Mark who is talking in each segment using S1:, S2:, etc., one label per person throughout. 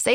S1: Say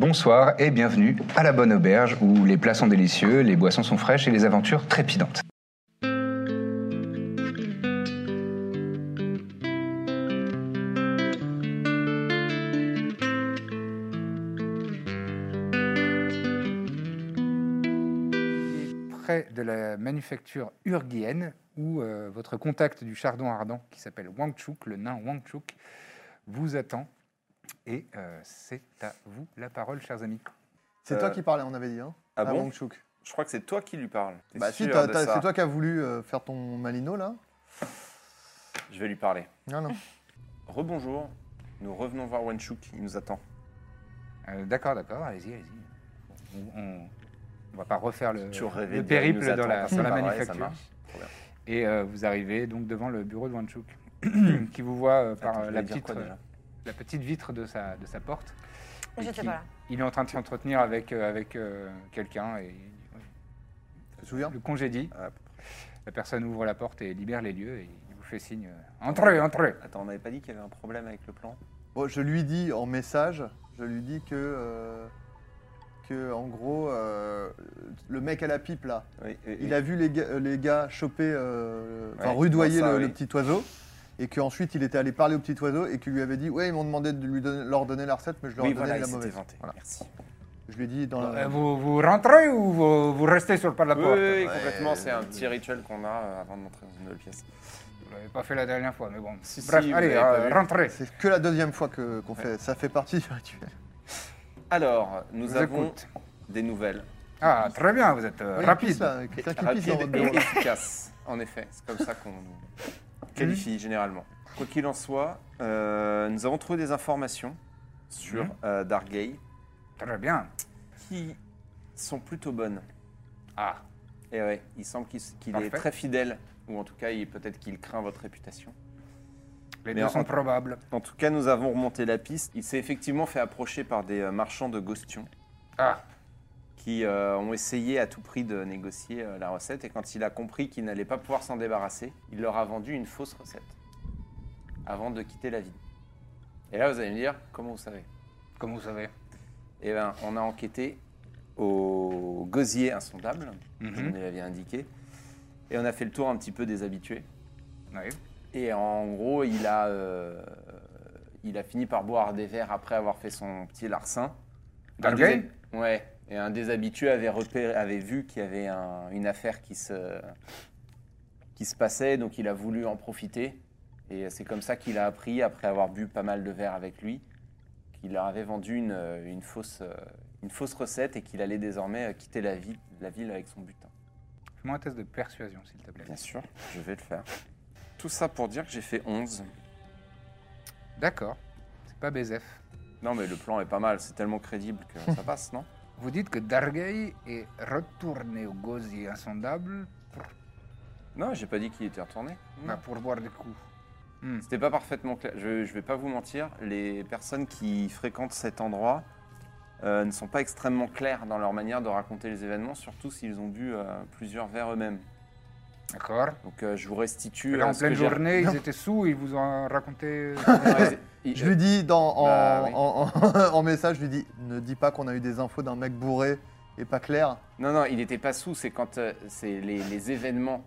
S2: Bonsoir et bienvenue à la Bonne Auberge où les plats sont délicieux, les boissons sont fraîches et les aventures trépidantes.
S3: près de la manufacture urguienne où euh, votre contact du chardon ardent qui s'appelle Wangchuk, le nain Wangchuk, vous attend. Et euh, c'est à vous la parole, chers amis.
S4: C'est
S5: Euh,
S4: toi qui parlais, on avait dit. Hein,
S5: ah
S4: à
S5: bon
S4: Wang Chuk.
S5: Je crois que c'est toi qui lui parles. T'es
S4: Bah si,
S5: sûr
S4: t'as-
S5: de
S4: t'as-
S5: ça
S4: c'est toi qui as voulu euh, faire ton Malino là
S5: Je vais lui parler.
S4: Non, non.
S5: Rebonjour. Nous revenons voir Wenchuk, il nous attend.
S2: Euh, d'accord, d'accord, allez-y, allez-y. On, on- on va pas refaire le,
S5: Toujours rêver
S2: le
S5: de-
S2: périple
S5: il nous attend,
S2: dans la,
S5: parce que
S2: dans la
S5: pareil, ça
S2: manufacture.
S5: marche. Trop bien.
S2: Et euh, vous arrivez donc devant le bureau de Wanchuk qui vous voit euh, par
S5: Attends,
S2: euh,
S5: je voulais
S2: la,
S5: dire
S2: petite,
S5: quoi,
S2: euh,
S5: déjà
S2: la petite vitre de sa, de sa porte.
S6: Je
S2: Et
S6: sais
S2: qui-
S6: pas là.
S2: Il est en train de s'entretenir avec, euh, avec euh, quelqu'un et
S4: Tu te souviens
S2: le congédie.
S5: Ah,
S2: La personne ouvre la porte et libère les lieux et il vous fait signe euh, Entrez, entrez
S5: Attends, on n'avait pas dit qu'il y avait un problème avec le plan
S4: Bon, je lui dis en message, je lui dis que euh, que en gros euh, le mec à la pipe là,
S5: Oui, et-
S4: il
S5: et-
S4: a vu les gars, euh, les gars choper, euh, enfin
S5: Ouais,
S4: rudoyer
S5: moi, ça,
S4: le,
S5: oui.
S4: le petit oiseau. Et qu'ensuite il était allé parler au petit oiseau et qu'il lui avait dit Ouais, ils m'ont demandé de lui donner- leur donner la recette, mais je leur ai
S5: Oui,
S4: donné la
S5: voilà, il s'était
S4: mauvaise.
S5: vanté.
S4: Voilà.
S5: Merci.
S4: Je lui ai dit
S5: Bah,
S4: dans
S2: Euh,
S4: la.
S2: vous, vous rentrez ou vous, vous restez sur le pas de la
S5: Oui,
S2: porte
S5: oui,
S4: Ouais.
S5: complètement, c'est un petit rituel qu'on a euh, avant de montrer dans une nouvelle pièce.
S2: Vous l'avez pas fait la dernière fois, mais bon.
S5: Si,
S2: Bref,
S5: si, vous
S2: allez,
S5: l'avez pas
S2: euh,
S5: vu.
S2: rentrez
S4: C'est que la deuxième fois que- qu'on fait. Ça fait partie du rituel.
S5: Alors, nous
S2: Vous
S5: avons
S2: écoute.
S5: des nouvelles.
S2: Ah, très bien, vous êtes euh,
S4: Oui, il
S2: rapide.
S4: pisse, là, Quelqu'un qui pisse
S5: Rapide
S4: dans votre
S5: et
S4: bureau. là.
S5: efficace, en effet. C'est comme ça qu'on nous qualifie généralement. Quoi qu'il en soit, euh, nous avons trouvé des informations sur
S2: Mhm.
S5: euh, Dargay
S2: Très bien.
S5: qui sont plutôt bonnes.
S2: Ah,
S5: Et ouais, il semble qu'il s- qu'il
S2: Parfait.
S5: est très fidèle, ou en tout cas, il- peut-être qu'il craint votre réputation.
S2: les
S5: Mais
S2: deux
S5: en-
S2: sont probables.
S5: En tout cas, nous avons remonté la piste. Il s'est effectivement fait approcher par des euh, marchands de Gostion
S2: Ah,
S5: qui euh, ont essayé à tout prix de négocier euh, la recette. Et quand il a compris qu'il n'allait pas pouvoir s'en débarrasser, il leur a vendu une fausse recette avant de quitter la ville. Et là, vous allez me dire, comment vous savez
S2: comme vous savez.
S5: Eh bien, on a enquêté au gosier insondable,
S2: Mhm.
S5: comme on l'avait indiqué, et on a fait le tour un petit peu des habitués.
S2: Oui.
S5: Et en gros, il a, euh, il a fini par boire des verres après avoir fait son petit larcin. Un
S2: Dargay
S5: des hab- Ouais. Et un des habitués avait, repéré, avait vu qu'il y avait un- une affaire qui se, qui se passait, donc il a voulu en profiter. Et c'est comme ça qu'il a appris, après avoir bu pas mal de verres avec lui, qu'il leur avait vendu une, euh, une fausse, une fausse recette et qu'il allait désormais euh, quitter la ville, la ville avec son butin.
S2: Fais-moi un test de persuasion, s'il te plaît.
S5: Bien sûr, je vais le faire. Tout ça pour dire que j'ai fait 11.
S2: D'accord. C'est pas Bézef.
S5: Non, mais le plan est pas mal, c'est tellement crédible que ça passe, non
S2: Vous dites que Dargay est retourné au gosier insondable pour,
S5: Non, j'ai pas dit qu'il était retourné.
S2: bah, pour boire des coups. Hmm.
S5: C'était pas parfaitement clair. Je, je vais pas vous mentir, les personnes qui fréquentent cet endroit euh, ne sont pas extrêmement claires dans leur manière de raconter les événements, surtout s'ils ont bu euh, plusieurs verres eux-mêmes.
S2: D'accord.
S5: Donc euh, je vous restitue.
S2: Là,
S5: euh,
S2: en
S5: ce
S2: pleine
S5: que j'ai-
S2: journée, ils étaient sous, ils vous ont raconté.
S5: Ouais, ils-
S4: Je lui dis dans, en,
S5: Bah, oui.
S4: en- en- en message, je lui dis ne dis pas qu'on a eu des infos d'un mec bourré et pas clair.
S5: Non, non, il n'était pas sous, c'est quand euh, c'est les, les événements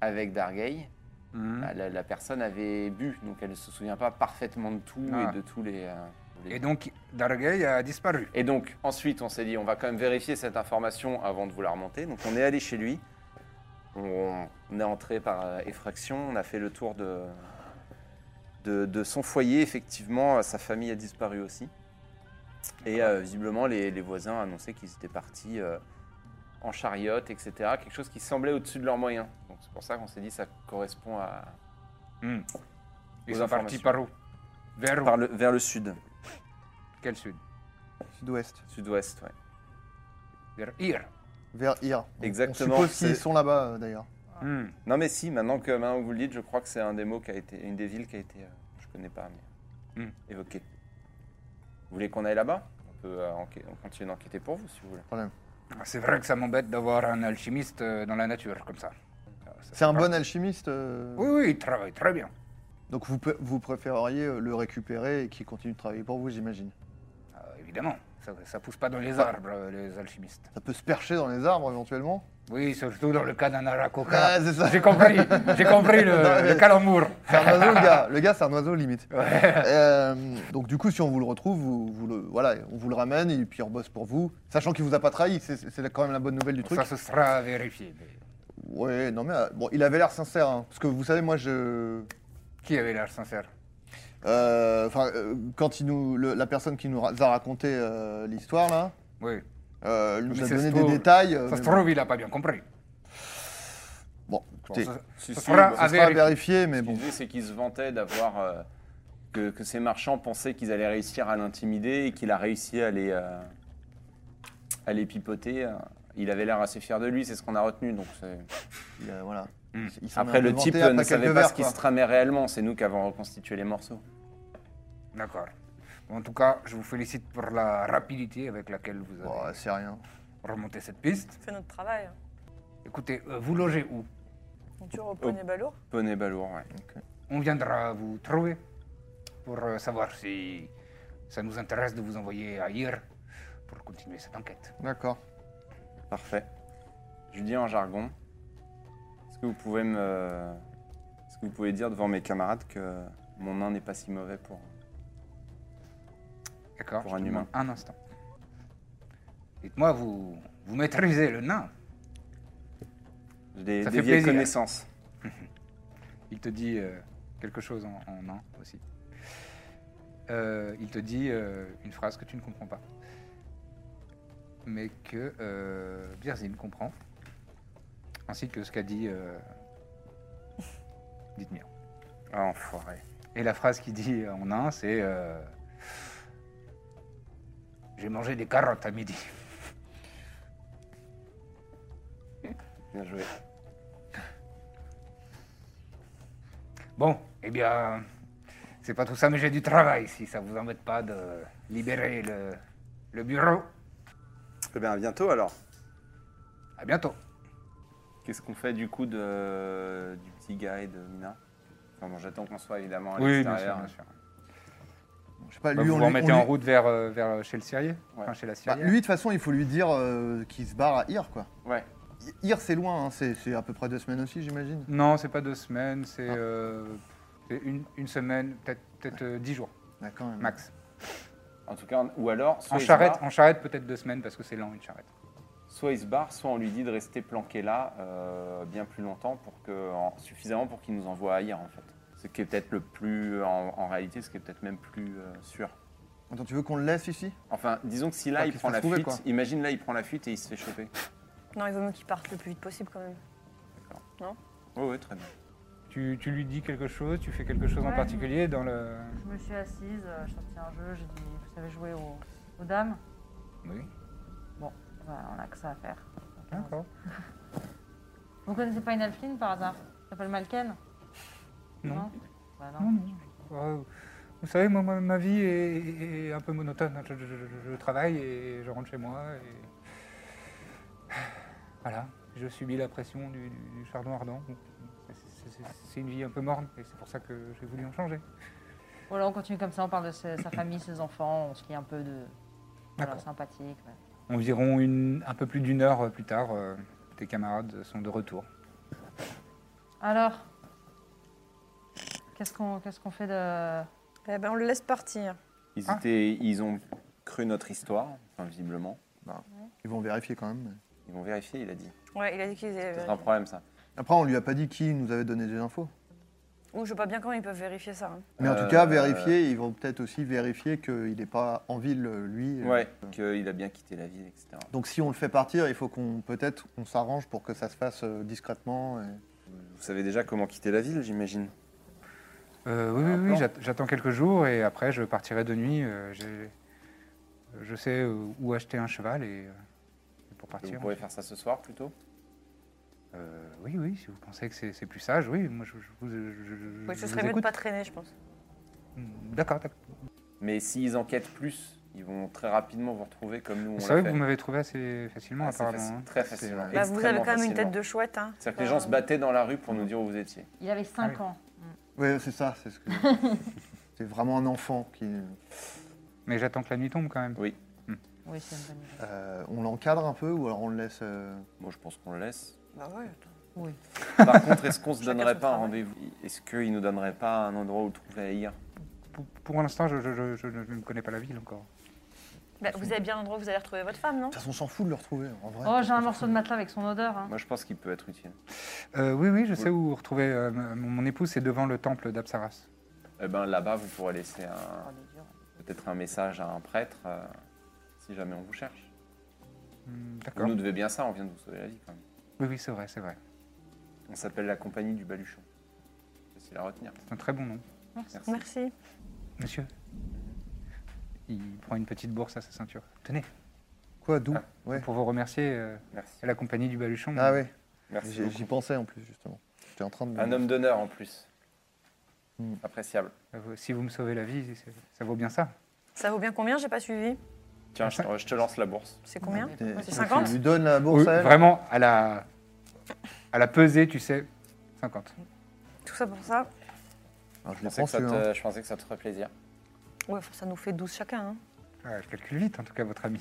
S5: avec Dargay.
S3: Hum.
S2: Hmm.
S5: Bah, La, la personne avait bu, donc elle ne se souvient pas parfaitement de tout
S2: Ah.
S5: et de tous les. euh, les-
S2: Et donc,
S3: Dargay a disparu.
S5: Et donc, ensuite, on s'est dit, on va quand même vérifier cette information avant de vous la remonter. Donc, on est allé chez lui. On, on est entré par euh, effraction. On a fait le tour de, de, de son foyer. Effectivement, euh, sa famille a disparu aussi. Et euh, visiblement, les, les voisins annonçaient qu'ils étaient partis euh, en chariote, etc. Quelque chose qui semblait au-dessus de leurs moyens. Donc, c'est pour ça qu'on s'est dit, ça correspond à,
S3: Hmm. Ils
S5: Aux
S3: sont partis
S5: informations.
S3: par où Vers où
S5: par le- vers le sud,
S3: Quel sud
S4: Sud-ouest.
S5: sud-ouest. ouais.
S3: Vers Ir.
S4: Vers Ir. On- On
S5: Exactement,
S4: suppose qu'ils
S5: c'est-
S4: sont là-bas euh, d'ailleurs.
S3: Hmm.
S5: Non, mais si, maintenant que maintenant que vous le dites, je crois que c'est un des mots qui a été, une des villes qui a été, euh, je connais pas, mais
S3: Hmm.
S5: évoquée. Vous voulez qu'on aille là-bas On peut euh, enquê- on continue d'enquêter pour vous si vous voulez.
S3: Ah, C'est vrai que ça m'embête d'avoir un alchimiste euh, dans la nature comme ça. Ah, ça
S4: C'est un
S3: fait
S4: bon
S3: pas-
S4: alchimiste. euh,
S3: Oui, oui, il travaille très bien.
S4: Donc vous, pe- vous préféreriez euh, le récupérer et qu'il continue de travailler pour vous, j'imagine.
S3: Ah, évidemment, ça, ça pousse pas dans les
S4: Bah.
S3: arbres, euh, les alchimistes.
S4: Ça peut se percher dans les arbres éventuellement.
S3: Oui, surtout dans le cas d'un
S4: Ah,
S3: aracoca.
S4: c'est ça.
S3: j'ai compris, j'ai compris le,
S4: Non, mais-
S3: le calembour.
S4: C'est un oiseau, le gars. Le gars, c'est un oiseau limite. Euh, donc du coup, si on vous le retrouve, vous, vous le, voilà, on vous le ramène et puis on bosse pour vous, sachant qu'il vous a pas trahi. C'est c'est quand même la bonne nouvelle du truc.
S3: Ça, ce sera vérifié. mais
S4: Ouais, non mais euh, bon, il avait l'air sincère, hein, parce que vous savez, moi, je,
S3: Qui avait l'air sincère
S4: euh, enfin, euh, quand il nous, le- la personne qui nous ra- a raconté euh, l'histoire là,
S3: Oui.
S4: euh, elle nous
S3: Mais
S4: a
S3: ça
S4: donné
S3: se
S4: des
S3: trouve-
S4: détails. euh,
S3: Ça se
S4: mais
S3: trouve, il a pas bien compris.
S4: Bon,
S3: Bon,
S4: écoutez,
S3: ça-
S5: Si,
S3: ça
S5: si,
S3: sera
S5: bah,
S4: ça
S3: à
S4: sera à
S3: vérifier.
S4: vérifier, mais
S5: Ce
S4: bon.
S5: qu'il disait, c'est qu'ils se vantaient d'avoir euh, que, que ces marchands pensaient qu'ils allaient réussir à l'intimider et qu'il a réussi à les euh, à les pipoter. euh. Il avait l'air assez fier de lui, c'est ce qu'on a retenu. Donc c'est-
S4: il, euh, voilà.
S3: Hmm.
S4: Il s'en est
S5: après,
S4: un peu
S5: le
S4: vanté
S5: type
S4: après
S5: ne
S4: quelques
S5: savait pas
S4: verres,
S5: ce qui
S4: quoi.
S5: se tramait réellement. C'est nous qui avons reconstitué les morceaux.
S3: D'accord. En tout cas, je vous félicite pour la rapidité avec laquelle vous avez
S4: Bon, c'est rien.
S3: remonté cette piste.
S6: On fait notre travail. hein.
S3: Écoutez, euh, vous logez où
S6: On tue au poignet balourd.
S5: Poney Balour, ouais.
S3: On viendra vous trouver pour euh, savoir si ça nous intéresse de vous envoyer ailleurs pour continuer cette enquête.
S4: D'accord.
S5: Parfait. Je lui dis en jargon. Est-ce que vous pouvez me. Est-ce que vous pouvez dire devant mes camarades que mon nain n'est pas si mauvais pour.
S3: D'accord
S5: Pour
S3: je
S5: un
S3: te
S5: humain.
S3: demande Un instant. Dites-moi, vous, vous maîtrisez le nain
S5: J'ai des,
S3: Ça
S5: des
S3: fait
S5: vieilles
S3: plaisir.
S5: connaissances.
S3: Il te dit euh, quelque chose en, en nain aussi. Euh, il te dit euh, une phrase que tu ne comprends pas. Mais que euh, Birzim comprend. Ainsi que ce qu'a dit euh, Dithmir.
S5: Ah, enfoiré.
S3: Et la phrase qu'il dit en nain, c'est euh, J'ai mangé des carottes à midi.
S5: Bien joué.
S3: Bon, eh bien, c'est pas tout ça, mais j'ai du travail. Si ça vous embête pas de libérer le, le bureau,
S5: Eh bien, à bientôt alors.
S3: à bientôt.
S5: Qu'est-ce qu'on fait du coup de... du petit gars et de Mina Enfin bon, j'attends qu'on soit évidemment à
S3: Oui, bien sûr,
S5: l'extérieur.
S3: bien sûr.
S4: Je sais pas,
S3: Bah,
S4: Bah, lui,
S3: vous
S4: on
S3: vous
S4: lui-
S3: remettez
S4: on
S3: en
S4: lui-
S3: route vers, euh, vers chez le Syrier
S5: Ouais.
S3: Enfin, chez la
S4: Bah,
S3: Syrienne
S4: lui, de toute façon, il faut lui dire euh, qu'il se barre à Ir, quoi.
S5: Ouais.
S4: I- Ir, c'est loin, hein, c'est c'est à peu près deux semaines aussi, j'imagine.
S3: Non, c'est pas deux semaines, c'est
S4: Ah.
S3: euh, c'est une, une semaine, peut-être peut-être euh, dix jours,
S4: Ah, quand même.
S3: max.
S5: En tout cas, ou alors, soit
S3: En
S5: il se
S3: charrette,
S5: barre-
S3: en charrette peut-être deux semaines parce que c'est lent une charrette.
S5: Soit il se barre, soit on lui dit de rester planqué là euh, bien plus longtemps, pour que, en- suffisamment pour qu'il nous envoie ailleurs en fait. Ce qui est peut-être le plus, en, en réalité, ce qui est peut-être même plus euh, sûr.
S4: Attends, tu veux qu'on le laisse ici
S5: Enfin, disons que si là
S4: Enfin,
S5: il
S4: qu'il se
S5: prend
S4: fasse
S5: la
S4: trouver,
S5: fuite,
S4: quoi.
S5: imagine là il prend la fuite et il se fait choper.
S6: Non, il vaut mieux qu'il parte le plus vite possible quand même.
S5: Oui, oui, très bien.
S3: Tu, tu lui dis quelque chose, tu fais quelque chose en
S7: Ouais.
S3: particulier dans le...
S7: Je me suis assise, euh, je sortis un jeu, j'ai dit, vous savez jouer aux, aux dames
S3: Oui,
S7: Voilà, on a que ça à faire. Donc, allons-y.
S3: d'accord.
S7: Vous connaissez pas une alpine par hasard Ça s'appelle Malken
S3: Non.
S7: Bah non.
S3: Non, non. Euh, vous savez, moi, ma, ma vie est, est un peu monotone. hein. Je, je- je- je travaille et je rentre chez moi. Et... Voilà, je subis la pression du, du- du chardon ardent. C'est- c'est- C'est une vie un peu morne et c'est pour ça que j'ai voulu en changer.
S7: Voilà, on continue comme ça, on parle de ses- sa famille, ses enfants, on se lit un peu de. Voilà,
S3: D'accord.
S7: sympathique. ouais.
S3: Environ une, un peu plus d'une heure plus tard, euh, tes camarades sont de retour.
S7: Alors Qu'est-ce qu'on qu'est-ce qu'on fait de.
S6: Eh ben, on le laisse partir.
S5: Ils,
S3: Ah.
S5: étaient, ils ont cru notre histoire, enfin, visiblement.
S4: Ils vont vérifier quand même. mais-
S5: Ils vont vérifier, il a dit.
S6: Ouais, il a dit qu'ils avaient
S5: C'est
S6: vérifié.
S5: un problème, ça.
S4: Après, on lui a pas dit qui nous avait donné des infos.
S6: Ou je sais pas bien comment ils peuvent vérifier ça. hein.
S4: Mais en
S5: Euh,
S4: tout cas, vérifier, ils vont peut-être aussi vérifier qu'il n'est pas en ville, euh, lui. euh,
S5: Ouais, qu'il a bien quitté la ville, etc.
S4: Donc si on le fait partir, il faut qu'on peut-être on s'arrange pour que ça se fasse euh, discrètement. et-
S5: Vous savez déjà comment quitter la ville, j'imagine
S3: Euh, oui,
S5: Un
S3: oui,
S5: plan.
S3: oui, j'att- j'attends quelques jours et après je partirai de nuit. euh, j'ai- je sais euh, où acheter un cheval et, euh, et pour
S5: Vous
S3: partir.
S5: pourrez faire ça ce soir, plutôt
S3: Euh, oui, oui, si vous pensez que c'est c'est plus sage, oui, moi je, je vous je- je- je-
S6: Ouais,
S3: je
S6: ce
S3: vous
S6: serait mieux de
S3: écoute.
S6: pas traîner, je pense.
S3: Mm, D'accord, d'accord.
S5: Mais s'ils enquêtent plus, ils vont très rapidement vous retrouver comme nous, on
S3: Vous
S5: l'a
S3: savez que
S5: fait.
S3: vous m'avez trouvé assez facilement,
S5: Ah, c'est
S3: apparemment.
S5: faci-
S3: hein.
S5: très
S3: C'est-
S5: facilement.
S3: euh,
S6: Bah, vous avez
S5: Extrêmement
S6: quand même une
S5: facilement.
S6: tête de chouette, hein.
S5: C'est-à-dire que les gens se battaient dans la rue pour nous dire où vous étiez.
S7: Il avait 5
S3: Ah
S7: ans.
S4: Ouais, c'est ça, c'est ce que. c'est vraiment un enfant qui.
S3: Mais j'attends que la nuit tombe quand même.
S7: Oui, c'est une bonne idée.
S4: euh, on l'encadre un peu ou alors on le laisse. euh,
S5: Bon, je pense qu'on le laisse.
S6: Bah ouais.
S7: Oui.
S5: Par contre, est-ce qu'on se
S6: Chacun
S5: donnerait
S6: son
S5: pas un
S6: travail.
S5: rendez-vous Est-ce qu'ils nous donneraient pas un endroit où trouver Aïr
S3: Pour, pour l'instant, je, je- je- je ne je ne connais pas la ville encore.
S6: Bah, vous avez bien l'endroit où vous allez retrouver votre femme, non
S4: De toute façon, on s'en fout de le retrouver. En vrai.
S7: Oh, j'ai un morceau de matelas avec son odeur. hein.
S5: Moi, je pense qu'il peut être utile.
S3: Euh, oui, oui, je sais où retrouver euh, m- mon épouse, c'est devant le temple d'Apsaras.
S5: Eh ben, là-bas, vous pourrez laisser
S7: Oh,
S5: un-
S7: il est dur.
S5: peut-être un message à un prêtre euh, si jamais on vous cherche.
S3: Mm,
S5: Vous
S3: D'accord.
S5: nous devez bien ça, on vient de vous sauver la vie quand même.
S3: Oui, oui, c'est vrai, c'est vrai.
S5: On s'appelle la compagnie du baluchon. Facile à retenir.
S3: C'est un très bon nom.
S7: Merci.
S5: Merci.
S6: Merci.
S3: Monsieur. Il prend une petite bourse à sa ceinture. Tenez,
S4: Quoi, d'où
S5: Ah.
S4: Ouais.
S3: pour vous remercier, euh,
S5: Merci.
S3: c'est la compagnie du Baluchon.
S4: Ah ouais.
S5: Merci.
S4: J'y
S5: beaucoup.
S4: j'y pensais en plus justement. J'étais en train de.
S5: Un homme d'honneur en plus. Hmm.
S4: Mm.
S5: Appréciable.
S3: Euh, vous- Si vous me sauvez la vie, c'est- ça vaut bien ça.
S6: Ça vaut bien combien J'ai pas suivi.
S5: Tiens, je te, je te lance la bourse.
S6: C'est combien
S4: Et-
S6: C'est 50
S4: Tu lui donnes la
S3: Oui,
S4: bourse. à elle
S3: vraiment, à la, à la pesée, tu sais, 50.
S6: Tout ça pour ça
S4: Alors, je
S5: Je
S4: lui
S5: pensais,
S4: prends
S5: que ça
S4: celui-là, hein.
S5: te, je pensais que ça te ferait plaisir.
S6: Ouais, enfin, ça nous fait 12 chacun. hein.
S3: Ouais, je calcule vite, en tout cas, votre ami.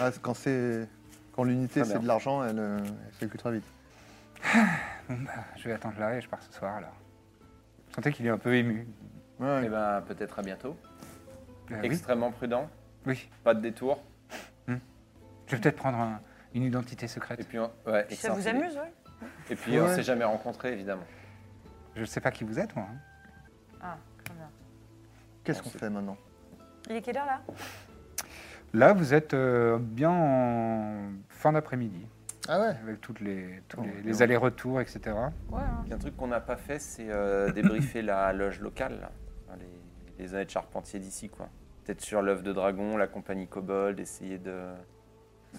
S4: Ah, c'est- Quand c'est. Quand l'unité
S5: Très bien.
S4: c'est de l'argent, elle, euh, elle calcule très vite.
S3: Je vais attendre là et je pars ce soir, alors. Je sentais qu'il est un peu ému.
S4: Ouais.
S5: Eh ben, peut-être à bientôt. Ben
S3: Euh, oui,
S5: Extrêmement prudent,
S3: oui,
S5: pas de détour.
S3: je vais peut-être prendre un- une identité secrète.
S5: Et puis, on- ouais,
S6: Puis ça
S5: excellent
S6: vous
S5: idée.
S6: amuse, ouais.
S5: Et puis, on
S4: Ouais.
S5: s'est jamais rencontrés, évidemment.
S3: Je ne sais pas qui vous êtes, moi. hein.
S7: Ah, très bien.
S4: Qu'est-ce qu'on fait maintenant
S6: Il est quelle heure là
S3: Là, vous êtes euh, bien en fin d'après-midi,
S4: Ah ouais.
S3: avec toutes les, tous
S4: Oh,
S3: les,
S4: bien.
S3: les allers-retours, etc.
S7: Ouais, hein.
S5: Il y a un truc qu'on n'a pas fait, c'est euh, débriefer la loge locale, là. Enfin, les, les années de charpentier d'ici, quoi. Peut-être sur l'œuf de dragon, la compagnie Kobold, essayer de.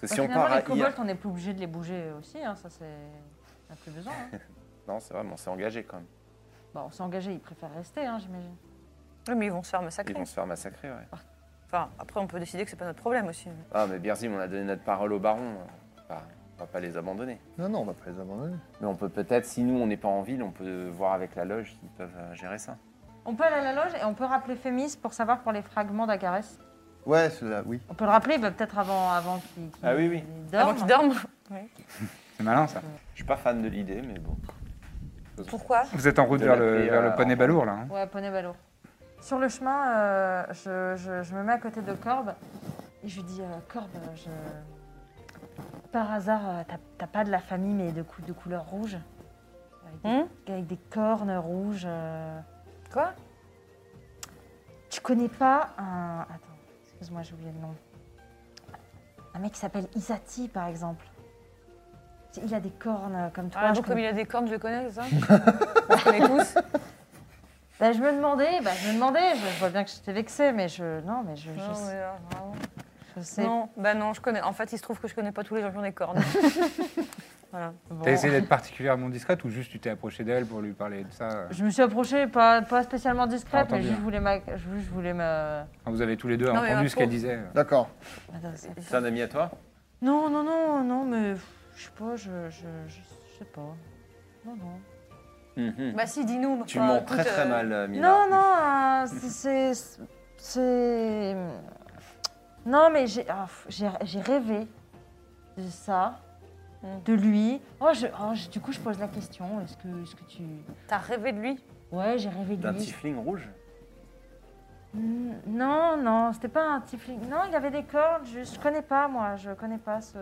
S5: Parce que
S7: Bah,
S6: Ah,
S5: si on
S7: finalement,
S5: part à
S7: les kobolds,
S5: Hyr-
S7: on n'est plus obligé de les bouger aussi. hein, Ça, c'est. On n'a plus besoin. hein.
S5: Non, c'est vrai, mais on s'est engagé quand même.
S7: Bon, on s'est engagé, ils préfèrent rester, hein, j'imagine.
S6: Oui, mais ils vont se faire
S5: Ils
S6: massacrer.
S5: vont se faire massacrer, ouais.
S6: Enfin, après, on peut décider que c'est pas notre problème aussi.
S5: Ah, mais Birzim, on a donné notre parole au baron. On va, on va pas les abandonner.
S4: Non, non, on va pas les abandonner.
S5: Mais on peut peut-être, si nous on n'est pas en ville, on peut voir avec la loge s'ils peuvent euh, gérer ça.
S7: On peut aller à la loge et on peut rappeler Fémis pour savoir pour les fragments d'Acarès.
S4: Ouais, celui-là, oui.
S7: On peut le rappeler bah, peut-être avant, avant qu'il qu'il
S5: Ah oui, oui.
S7: dorme.
S6: Avant qu'ils dorment
S3: C'est malin, ça.
S5: Je suis pas fan de l'idée, mais bon.
S6: Pourquoi
S3: Vous êtes en route
S5: De
S3: vers
S5: l'appeler,
S3: le, vers
S5: euh,
S3: le poney
S5: en-
S3: balourd, là. hein.
S7: Ouais, poney ballot. Sur le chemin, euh, je, je- je me mets à côté de Corbe et je lui dis euh, Corbe, je... par hasard, euh, t'as- t'as pas de la famille, mais de, cou- de couleur rouge avec des,
S6: Hum
S7: avec des cornes rouges. euh.
S6: Quoi
S7: Tu connais pas un. Attends, excuse-moi, j'ai oublié le nom. Un mec qui s'appelle Isati, par exemple. Il a des cornes euh, comme toi.
S6: Ah,
S7: je
S6: donc
S7: connais
S6: comme il a des cornes, je le connais, c'est ça On se connaît tous.
S7: Bah, je me demandais, bah, je me demandais, je, je vois bien que j'étais vexée, mais je. Non, mais je, je,
S6: Non, mais
S7: sais-
S6: alors, vraiment.
S7: je sais.
S6: Ah, Non, bah non, je connais. En fait, il se trouve que je connais pas tous les gens qui ont des cornes. voilà.
S7: Bon.
S3: T'as essayé d'être particulièrement discrète ou juste tu t'es approché d'elle pour lui parler de ça euh
S7: Je me suis approchée, pas, pas spécialement discrète,
S3: J'entends
S7: mais juste
S3: bien.
S7: je voulais ma. Je, je voulais ma...
S3: Enfin, Vous avez tous les deux
S6: Non, mais un
S3: entendu ce qu'elle
S6: pauvre.
S3: disait.
S4: D'accord.
S7: m'intéresser.
S5: C'est un ami à toi
S7: Non, non, non, non, mais. pff, Je sais pas, je. Je, je, je sais pas. Non, non.
S6: Bah si, dis-nous. bah,
S5: Tu mens
S6: écoute,
S5: très très
S6: euh,
S5: mal, euh, Mina.
S7: Non, non, euh, c'est- c'est. C'est. Non, mais j'ai ah, pff, j'ai j'ai rêvé de ça,
S6: Mm.
S7: de lui. Oh, je, oh, je- du coup, je pose la question est-ce que, est que tu.
S6: T'as rêvé de lui
S7: Ouais, j'ai rêvé de
S5: D'un
S7: lui.
S5: tiefling rouge
S7: Mm, Non, non, c'était pas un tiefling. Non, il avait des cordes, je, je connais pas, moi, je connais pas ce...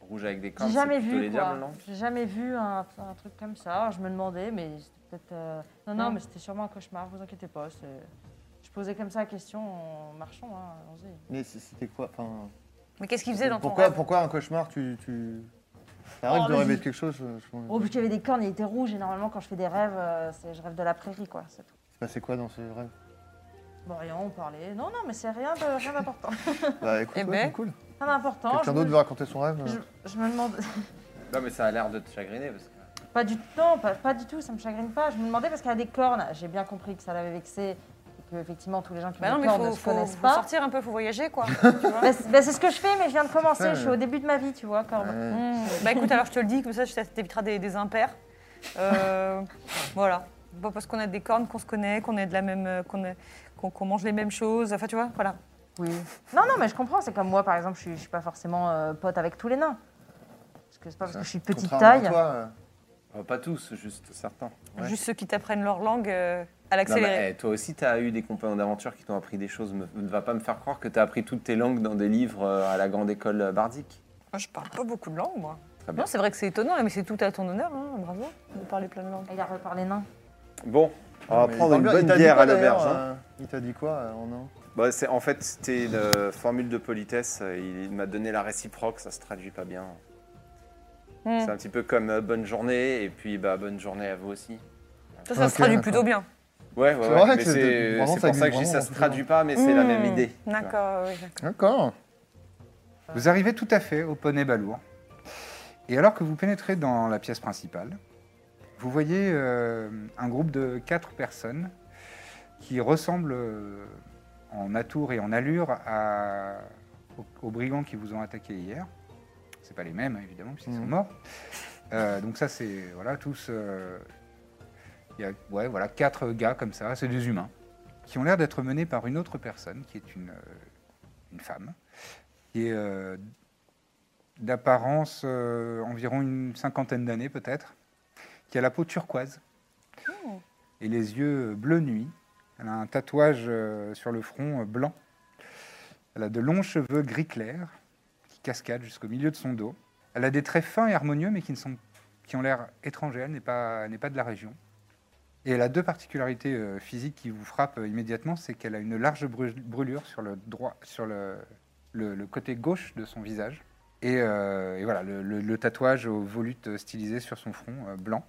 S5: Rouge avec des cornes,
S7: J'ai
S5: c'est
S7: jamais
S5: plutôt
S7: vu,
S5: les
S7: quoi.
S5: diables, non
S7: J'ai jamais vu un, un truc comme ça. Alors, je me demandais, mais c'était peut-être... euh, Non, non,
S6: Mm.
S7: mais c'était sûrement un cauchemar, vous inquiétez pas. c'est- Je posais comme ça la question en marchant, hein, allons-y.
S4: Mais c- c'était quoi enfin,
S6: Mais qu'est-ce qu'il faisait dans ton
S4: pourquoi,
S6: rêve
S4: pourquoi un cauchemar tu, tu... Ça arrive
S7: Oh,
S4: de
S7: vas-y.
S4: rêver de quelque chose je- je-
S7: Oh, puis il y avait des cornes, il était rouge, et normalement, quand je fais des rêves, euh, c'est- je rêve de la prairie, quoi, c'est tout.
S4: C'est passé quoi dans ce rêve
S7: Bon, rien, on parlait. Non, non, mais c'est rien de- rien d'important.
S4: Bah écoute,
S6: Eh
S4: ouais,
S6: ben.
S4: c'est cool.
S7: rien d'important. je
S4: Quelqu'un
S7: me-
S4: d'autre veut raconter son rêve
S7: je, je me demande...
S5: Non, mais ça a l'air de te chagriner parce que.
S7: Pas du tout, non, pas, pas du tout, ça me chagrine pas. Je me demandais parce qu'elle a des cornes. J'ai bien compris que ça l'avait vexée et que effectivement tous les gens qui
S6: Bah
S7: ont
S6: non,
S7: des
S6: mais
S7: cornes
S6: faut,
S7: ne se
S6: faut,
S7: connaissent
S6: faut
S7: pas.
S6: sortir un peu, faut voyager, quoi.
S7: Bah, c'est bah, c'est ce que je fais, mais je viens de commencer.
S4: ça,
S7: je suis au début de ma vie, tu vois, corne.
S4: Ouais.
S6: Mm. Bah écoute, alors je te le dis, comme ça, je- ça t'évitera des, des impairs. Euh, voilà. Pas parce qu'on a des cornes qu'on se connaît, qu'on est de la même, euh, qu'on est- qu'on qu'on mange les mêmes choses. Enfin, tu vois, voilà.
S7: Oui. Non, non, mais je comprends. C'est comme moi, par exemple, je suis, je suis pas forcément euh, pote avec tous les nains. Parce que c'est pas parce que je suis de petite
S4: Contrairement à
S7: taille.
S4: toi, euh,
S5: Euh, pas tous, juste certains. Ouais.
S6: Juste ceux qui t'apprennent leur langue euh, à
S5: Non, mais,
S6: l'accéléré.
S5: eh, toi aussi, tu as eu des compagnons d'aventure qui t'ont appris des choses. Me- Ne va pas me faire croire que tu as appris toutes tes langues dans des livres euh, à la grande école euh, bardique.
S6: Moi, Je parle pas beaucoup de langues, moi.
S5: Très bien.
S6: Non, c'est vrai que c'est étonnant, mais c'est tout à ton honneur, hein, bravo, de parler plein de langues.
S7: Il a reparlé nain.
S5: Bon, on va
S4: mais
S5: prendre
S4: il
S5: une
S4: t'a dit
S5: bonne
S4: quoi,
S5: bière à
S4: d'ailleurs,
S5: l'auberge. hein.
S4: euh, Il t'a dit quoi euh, en un
S5: Bah, c'est- en fait, c'était une euh, formule de politesse. euh, Il m'a donné la réciproque, ça se traduit pas bien.
S6: Hmm.
S5: C'est un petit peu comme euh, bonne journée et puis bah, bonne journée à vous aussi.
S6: Ça, ça se
S4: Ok,
S6: traduit
S4: d'accord.
S6: plutôt bien.
S5: Ouais, ouais,
S4: C'est
S5: ouais,
S4: vrai
S5: mais
S4: que c'est-
S5: c'est euh,
S4: vraiment,
S5: c'est
S4: ça
S5: pour
S4: glisse
S5: ça que je dis
S4: vraiment
S5: ça
S4: dans
S5: se
S4: tous les
S5: traduit pas, mais c'est la
S6: Hmm.
S5: même idée. tu vois.
S6: D'accord, ah oui, d'accord.
S4: D'accord.
S3: Vous arrivez tout à fait au poney balourd. Et alors que vous pénétrez dans la pièce principale, vous voyez euh, un groupe de quatre personnes qui ressemblent euh, en atour et en allure à- aux, aux brigands qui vous ont attaqué hier. C'est pas les mêmes, hein, évidemment, puisqu'ils sont
S4: Mhm.
S3: morts. Euh, donc ça, c'est... Voilà, tous... euh, Il y a ouais, voilà, quatre gars comme ça, c'est des humains, qui ont l'air d'être menés par une autre personne, qui est une, euh, une femme, qui est euh, d'apparence euh, environ une cinquantaine d'années peut-être, qui a la peau turquoise et les yeux euh, bleu nuit. Elle a un tatouage euh, sur le front euh, blanc. Elle a de longs cheveux gris clair qui cascadent jusqu'au milieu de son dos. Elle a des traits fins et harmonieux mais qui, ne sont, qui ont l'air étrangers. Elle n'est pas, elle n'est pas de la région. Et elle a deux particularités euh, physiques qui vous frappent euh, immédiatement, c'est qu'elle a une large bru- brûlure sur le droit, sur le, le- le côté gauche de son visage, et, euh, et voilà le, le- le tatouage aux volutes stylisées sur son front euh, blanc,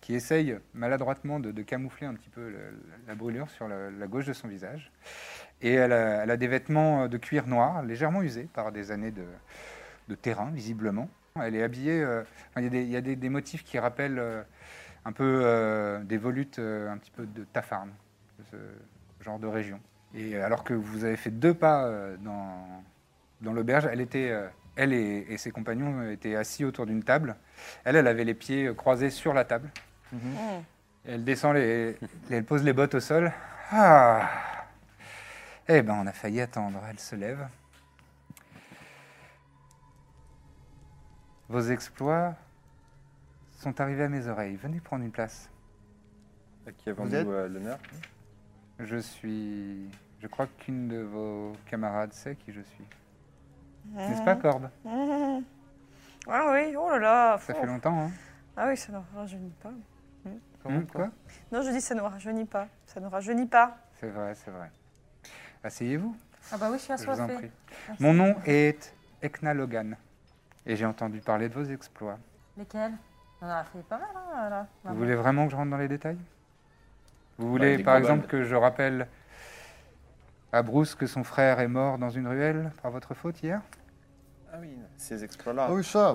S3: qui essaye maladroitement de, de camoufler un petit peu le- la brûlure sur la, la gauche de son visage. Et elle a, elle a des vêtements de cuir noir, légèrement usés par des années de, de terrain, visiblement. Elle est habillée. euh, enfin, il y a, des, il y a des- des motifs qui rappellent euh, un peu euh, des volutes, euh, un petit peu de Tafarn, de ce genre de région. Et alors que vous avez fait deux pas euh, dans, dans l'auberge, elle était, euh, elle et, et ses compagnons étaient assis autour d'une table. Elle, elle avait les pieds croisés sur la table. Elle descend les, et elle pose les bottes au sol. Ah. Eh ben, on a failli attendre. Elle se lève. Vos exploits sont arrivés à mes oreilles. Venez prendre une place.
S5: Qui avant
S4: Vous
S5: nous
S4: êtes-
S5: euh, l'honneur
S3: Je suis. Je crois qu'une de vos camarades sait qui je suis. N'est-ce pas, Corbe
S6: Mhm. Ah oui, oh là là.
S3: Ça
S6: fou.
S3: fait longtemps, hein
S6: Ah oui, ça ne rajeunit pas.
S4: Comment,
S3: Hum, Quoi
S6: Non, je dis ça ne rajeunit pas. Ça ne rajeunit pas.
S3: C'est vrai, c'est vrai. Asseyez-vous,
S7: Ah bah oui, je suis
S3: je vous en prie.
S7: assoiffée. Merci.
S3: Mon nom est Ekna Logan. Et j'ai entendu parler de vos exploits.
S7: Lesquels On en a fait pas mal, hein, là.
S3: Vous voulez vraiment que je rentre dans les détails Vous
S5: Bah, il
S3: voulez,
S5: est
S3: par
S5: global.
S3: exemple, que je rappelle à Bruce que son frère est mort dans une ruelle par votre faute hier
S5: Ah oui, ces exploits-là.
S4: Ah oui, ça.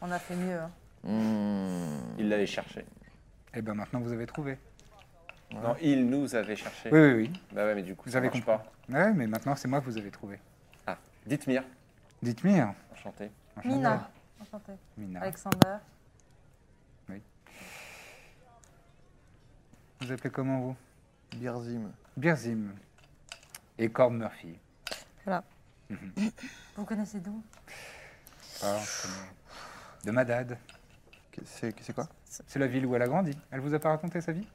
S7: On a fait mieux. hein.
S5: Il l'avait cherché.
S3: Et bien Eh ben, maintenant, vous avez trouvé.
S5: Non, il nous avait cherché.
S3: Oui, oui, oui.
S5: Bah ouais, mais du coup,
S3: Vous
S5: ça
S3: avez
S5: marche
S3: compris.
S5: pas.
S3: Ouais, mais maintenant, c'est moi que vous avez trouvé.
S5: Ah, dites-moi,
S3: Dites-moi, hein.
S5: enchanté.
S7: Mina. Enchantée.
S3: Mina.
S7: Alexander.
S3: Vous vous appelez comment, vous
S4: Birzim.
S3: Birzim. Et Corb Murphy.
S7: Vous connaissez d'où
S3: Ah, c'est le- de Madad.
S4: Qu'est- C'est c'est quoi
S3: C'est la ville où elle a grandi. Elle vous a pas raconté sa vie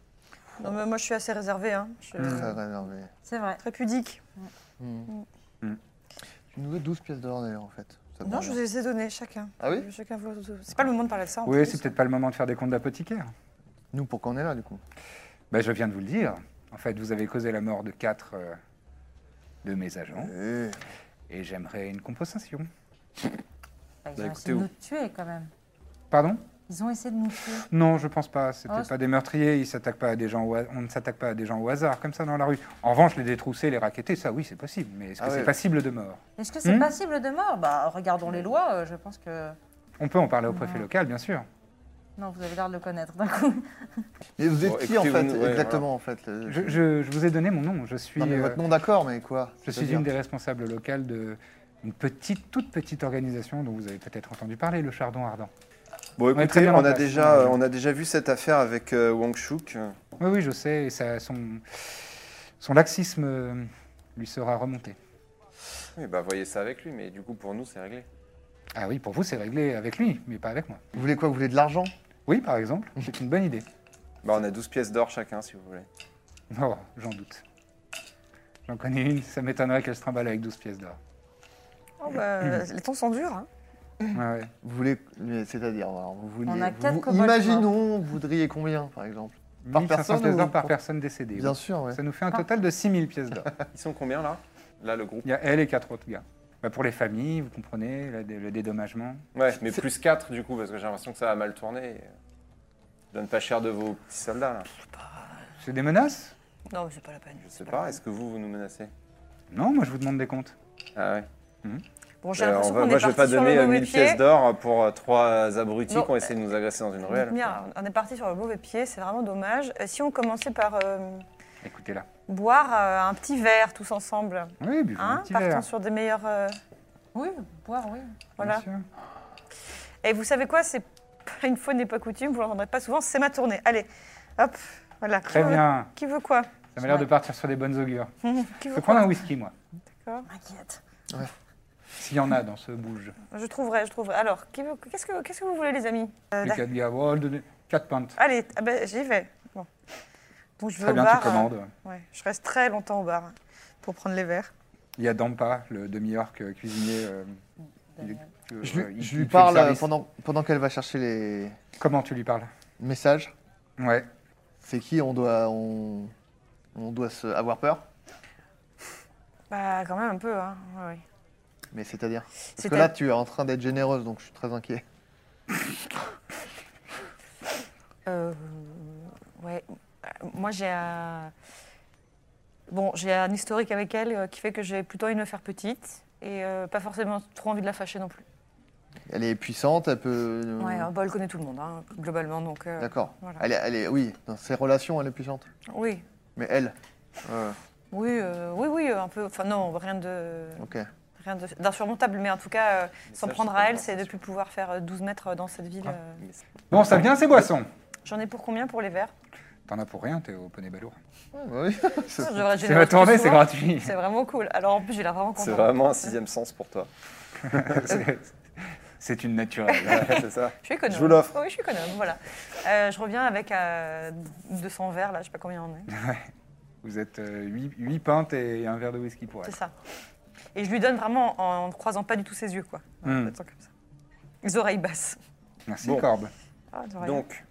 S6: Non, mais moi, je suis assez réservée. Hein. Je suis
S5: Hmm.
S4: Très rénervé.
S7: C'est vrai.
S6: très pudique.
S4: Tu nous dois 12 pièces d'or d'ailleurs en fait. Ça te
S6: Non,
S4: va
S6: je
S4: bien.
S6: vous ai donné chacun.
S4: Ah oui
S6: Chacun vous- C'est pas le moment de parler de ça. en
S3: Oui,
S6: plus.
S3: c'est peut-être pas le moment de faire des comptes d'apothicaire.
S4: Nous, pourquoi on est là du coup
S3: Bah, je viens de vous le dire. En fait, vous avez causé la mort de quatre euh, de mes agents.
S4: Eh,
S3: Et j'aimerais une compensation.
S7: Bah, ils
S5: Bah,
S7: ont
S5: écoutez,
S7: essayé de
S5: vous-
S7: nous tuer quand même.
S3: Pardon
S7: Ils ont essayé de nous tuer.
S3: Non, je pense pas. C'était
S7: Ah, c'est-
S3: pas des meurtriers. Ils s'attaquent pas à des gens. au ha- On ne s'attaque pas à des gens au hasard comme ça dans la rue. En revanche, les détrousser, les raqueter, ça, oui, c'est possible. Mais est-ce que
S4: Ah
S3: c'est
S4: ouais.
S3: passible de mort
S7: Est-ce que c'est
S3: Hmm
S7: passible de mort Bah, regardons les lois, euh, je pense que.
S3: On peut en parler au préfet local, bien sûr.
S7: Non, vous avez l'air de le connaître d'un coup.
S4: Mais vous êtes
S5: Bon,
S4: qui en fait
S5: écoutez-vous, ouais,
S4: Exactement en fait. le-
S3: Je, je- je vous ai donné mon nom. Je suis.
S4: Non, mais
S3: euh,
S4: votre nom d'accord, mais quoi
S3: Je suis
S4: C'est-à-dire
S3: une des responsables locales de une petite, toute petite organisation dont vous avez peut-être entendu parler, le Chardon Ardent.
S8: Bon,
S3: est très
S8: écoutez,
S3: bien en
S8: on a,
S3: place.
S8: déjà, euh, on a déjà vu cette affaire avec euh, Wang Shuk.
S3: Oui, oui, je sais, et ça, son, son laxisme euh, lui sera remonté.
S5: Oui, bah voyez ça avec lui, mais du coup, pour nous, c'est réglé.
S3: Ah oui, pour vous, c'est réglé avec lui, mais pas avec moi.
S4: Vous voulez quoi Vous voulez de l'argent
S3: Oui, par exemple, c'est une bonne idée.
S5: Bah on a 12 pièces d'or chacun, si vous voulez.
S3: Oh, j'en doute. J'en connais une, ça m'étonnerait qu'elle se trimballe avec 12 pièces d'or.
S6: Oh, bah, les temps sont durs. hein.
S3: Ouais, ouais.
S4: Vous voulez. mais C'est-à-dire, alors, vous voulez.
S7: On a
S4: vous-
S7: quatre
S4: vous-
S7: kobolds
S4: Imaginons, vous voudriez combien par exemple Par
S3: 1500
S4: personne
S3: pièces
S4: ou
S3: d'or par
S4: pour-
S3: personne décédée.
S4: Bien
S3: oui.
S4: sûr, ouais.
S3: Ça nous fait
S6: Ah.
S3: un total de 6000 pièces d'or.
S5: Ils sont combien là Là, le groupe
S3: Il y a elle et quatre autres gars. Bah, pour les familles, vous comprenez, le dé- le dédommagement.
S5: Ouais, mais plus 4 du coup, parce que j'ai l'impression que ça a mal tourné. Je donne pas cher de vos petits soldats là.
S3: C'est des menaces
S6: Non, mais c'est pas la peine.
S5: Je sais pas, est-ce que vous, vous nous menacez
S3: Non, moi je vous demande des comptes.
S5: Ah ouais
S6: Bon, j'ai
S3: Euh,
S5: Bah,
S6: l'impression
S5: on va-
S6: qu'on
S5: Moi,
S6: est
S5: je vais
S6: parti
S5: pas
S6: sur le
S5: donner euh,
S6: mauvais
S5: 1000
S6: pied.
S5: pièces d'or pour euh, trois abrutis
S6: Non, euh,
S5: qui ont essayé de nous agresser dans une ruelle.
S6: Bien, on est parti sur le mauvais pied, c'est vraiment dommage. Euh, Si on commençait par euh,
S3: Écoutez-la.
S6: boire euh, un petit verre tous ensemble,
S3: Oui, buvez un
S6: hein,
S3: petit
S6: partons
S3: verre.
S6: sur des meilleurs. euh,
S7: Oui, boire, oui.
S6: voilà.
S3: bien sûr.
S6: Et vous savez quoi C'est pas une fois n'est pas coutume, vous l'entendrez pas souvent, c'est ma tournée. Allez, hop, voilà. Qui
S3: Très
S6: veut-
S3: bien.
S6: Qui veut quoi
S3: Ça m'a l'air de partir sur des bonnes augures.
S6: Hum, Qui
S3: Je
S6: veut
S3: vais
S6: quoi
S3: prendre un whisky, moi.
S6: D'accord.
S7: M'inquiète.
S3: S'il y en a dans ce bouge.
S6: Je trouverai, je trouverai. Alors, qui veut- qu'est-ce que qu'est-ce que vous voulez, les amis Euh,
S3: Les
S6: d'ac-
S3: quatre gars, oh, donnez- quatre pintes.
S6: Allez, ah ben, j'y vais. Bon. Donc je vais
S3: Très
S6: au
S3: bien,
S6: bar.
S3: tu commandes.
S6: euh, ouais, je reste très longtemps au bar hein, pour prendre les verres.
S3: Il y a Dampa, le demi-orc euh, cuisinier. euh, il est- euh,
S4: Je
S3: euh,
S4: lui,
S3: il-
S4: je
S3: il fait
S4: lui
S3: le
S4: parle euh,
S3: service.
S4: pendant, pendant qu'elle va chercher les
S3: Comment tu lui parles
S4: messages.
S3: Ouais.
S4: C'est qui on doit, on, on doit se avoir peur
S6: Bah, quand même un peu, hein. ouais, ouais.
S4: Mais c'est-à-dire Parce
S6: C'est
S4: que
S6: à-
S4: là, tu es en train d'être généreuse, donc je suis très inquiet.
S6: Euh, ouais. Euh, Moi, j'ai un... Bon, j'ai un historique avec elle euh, qui fait que j'ai plutôt envie de me faire petite et euh, pas forcément trop envie de la fâcher non plus.
S4: Elle est puissante, elle peut. euh,
S6: Ouais, euh, bah, elle connaît tout le monde, hein, globalement, donc... euh,
S4: D'accord.
S6: voilà.
S4: Elle est, elle est, oui, dans ses relations, elle est puissante.
S6: Oui,
S4: Mais elle,
S6: oui, euh, oui, oui, un peu... Enfin, non, rien de...
S4: ok.
S6: Rien de- d'insurmontable, mais en tout cas, euh, s'en
S5: ça,
S6: prendre
S5: c'est pas
S6: à elle,
S5: grave,
S6: c'est de
S5: c'est
S6: plus pouvoir faire euh, 12 mètres dans cette
S4: Ah.
S6: ville. euh.
S5: Mais c'est-
S3: Bon, ça vient, ces boissons.
S6: J'en ai pour combien pour les verres
S3: T'en as pour rien, t'es au poney balourd.
S4: Ouais, bah oui.
S6: Je devrais
S3: C'est
S6: générer
S3: ma
S6: plus
S3: tournée, c'est
S6: souvent.
S3: gratuit.
S6: C'est vraiment cool. Alors en plus, j'ai l'air vraiment contente.
S5: C'est vraiment un sixième sens pour toi.
S3: C'est- C'est une naturelle.
S5: Ouais, c'est ça.
S6: Je suis économe.
S5: Je vous l'offre.
S6: Oui, je suis économe, voilà. Euh, je reviens avec euh, 200 verres, là, je sais pas combien on est.
S3: Vous êtes 8, pintes et un verre de whisky pour elle.
S6: C'est ça. Et je lui donne vraiment en ne croisant pas du tout ses yeux, quoi.
S3: Hmm.
S6: En faisant comme ça. Les oreilles basses.
S3: Merci,
S5: Bon.
S3: Corbe.
S6: Ah, les oreilles
S5: Donc,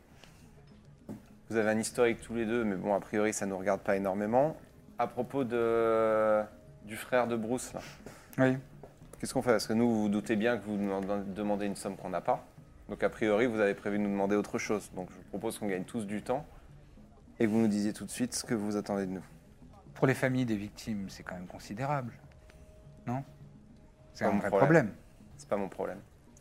S5: Vous avez un historique tous les deux, mais bon, a priori, ça ne nous regarde pas énormément. À propos de, du frère de Bruce, là,
S3: Oui.
S5: qu'est-ce qu'on fait Parce que nous, vous vous doutez bien que vous nous demandez une somme qu'on n'a pas. Donc, a priori, vous avez prévu de nous demander autre chose. Donc, je vous propose qu'on gagne tous du temps et que vous nous disiez tout de suite ce que vous attendez de nous.
S3: Pour les familles des victimes, c'est quand même considérable. Non C'est
S5: Pas
S3: un
S5: mon
S3: vrai
S5: problème.
S3: problème.
S5: C'est pas mon problème.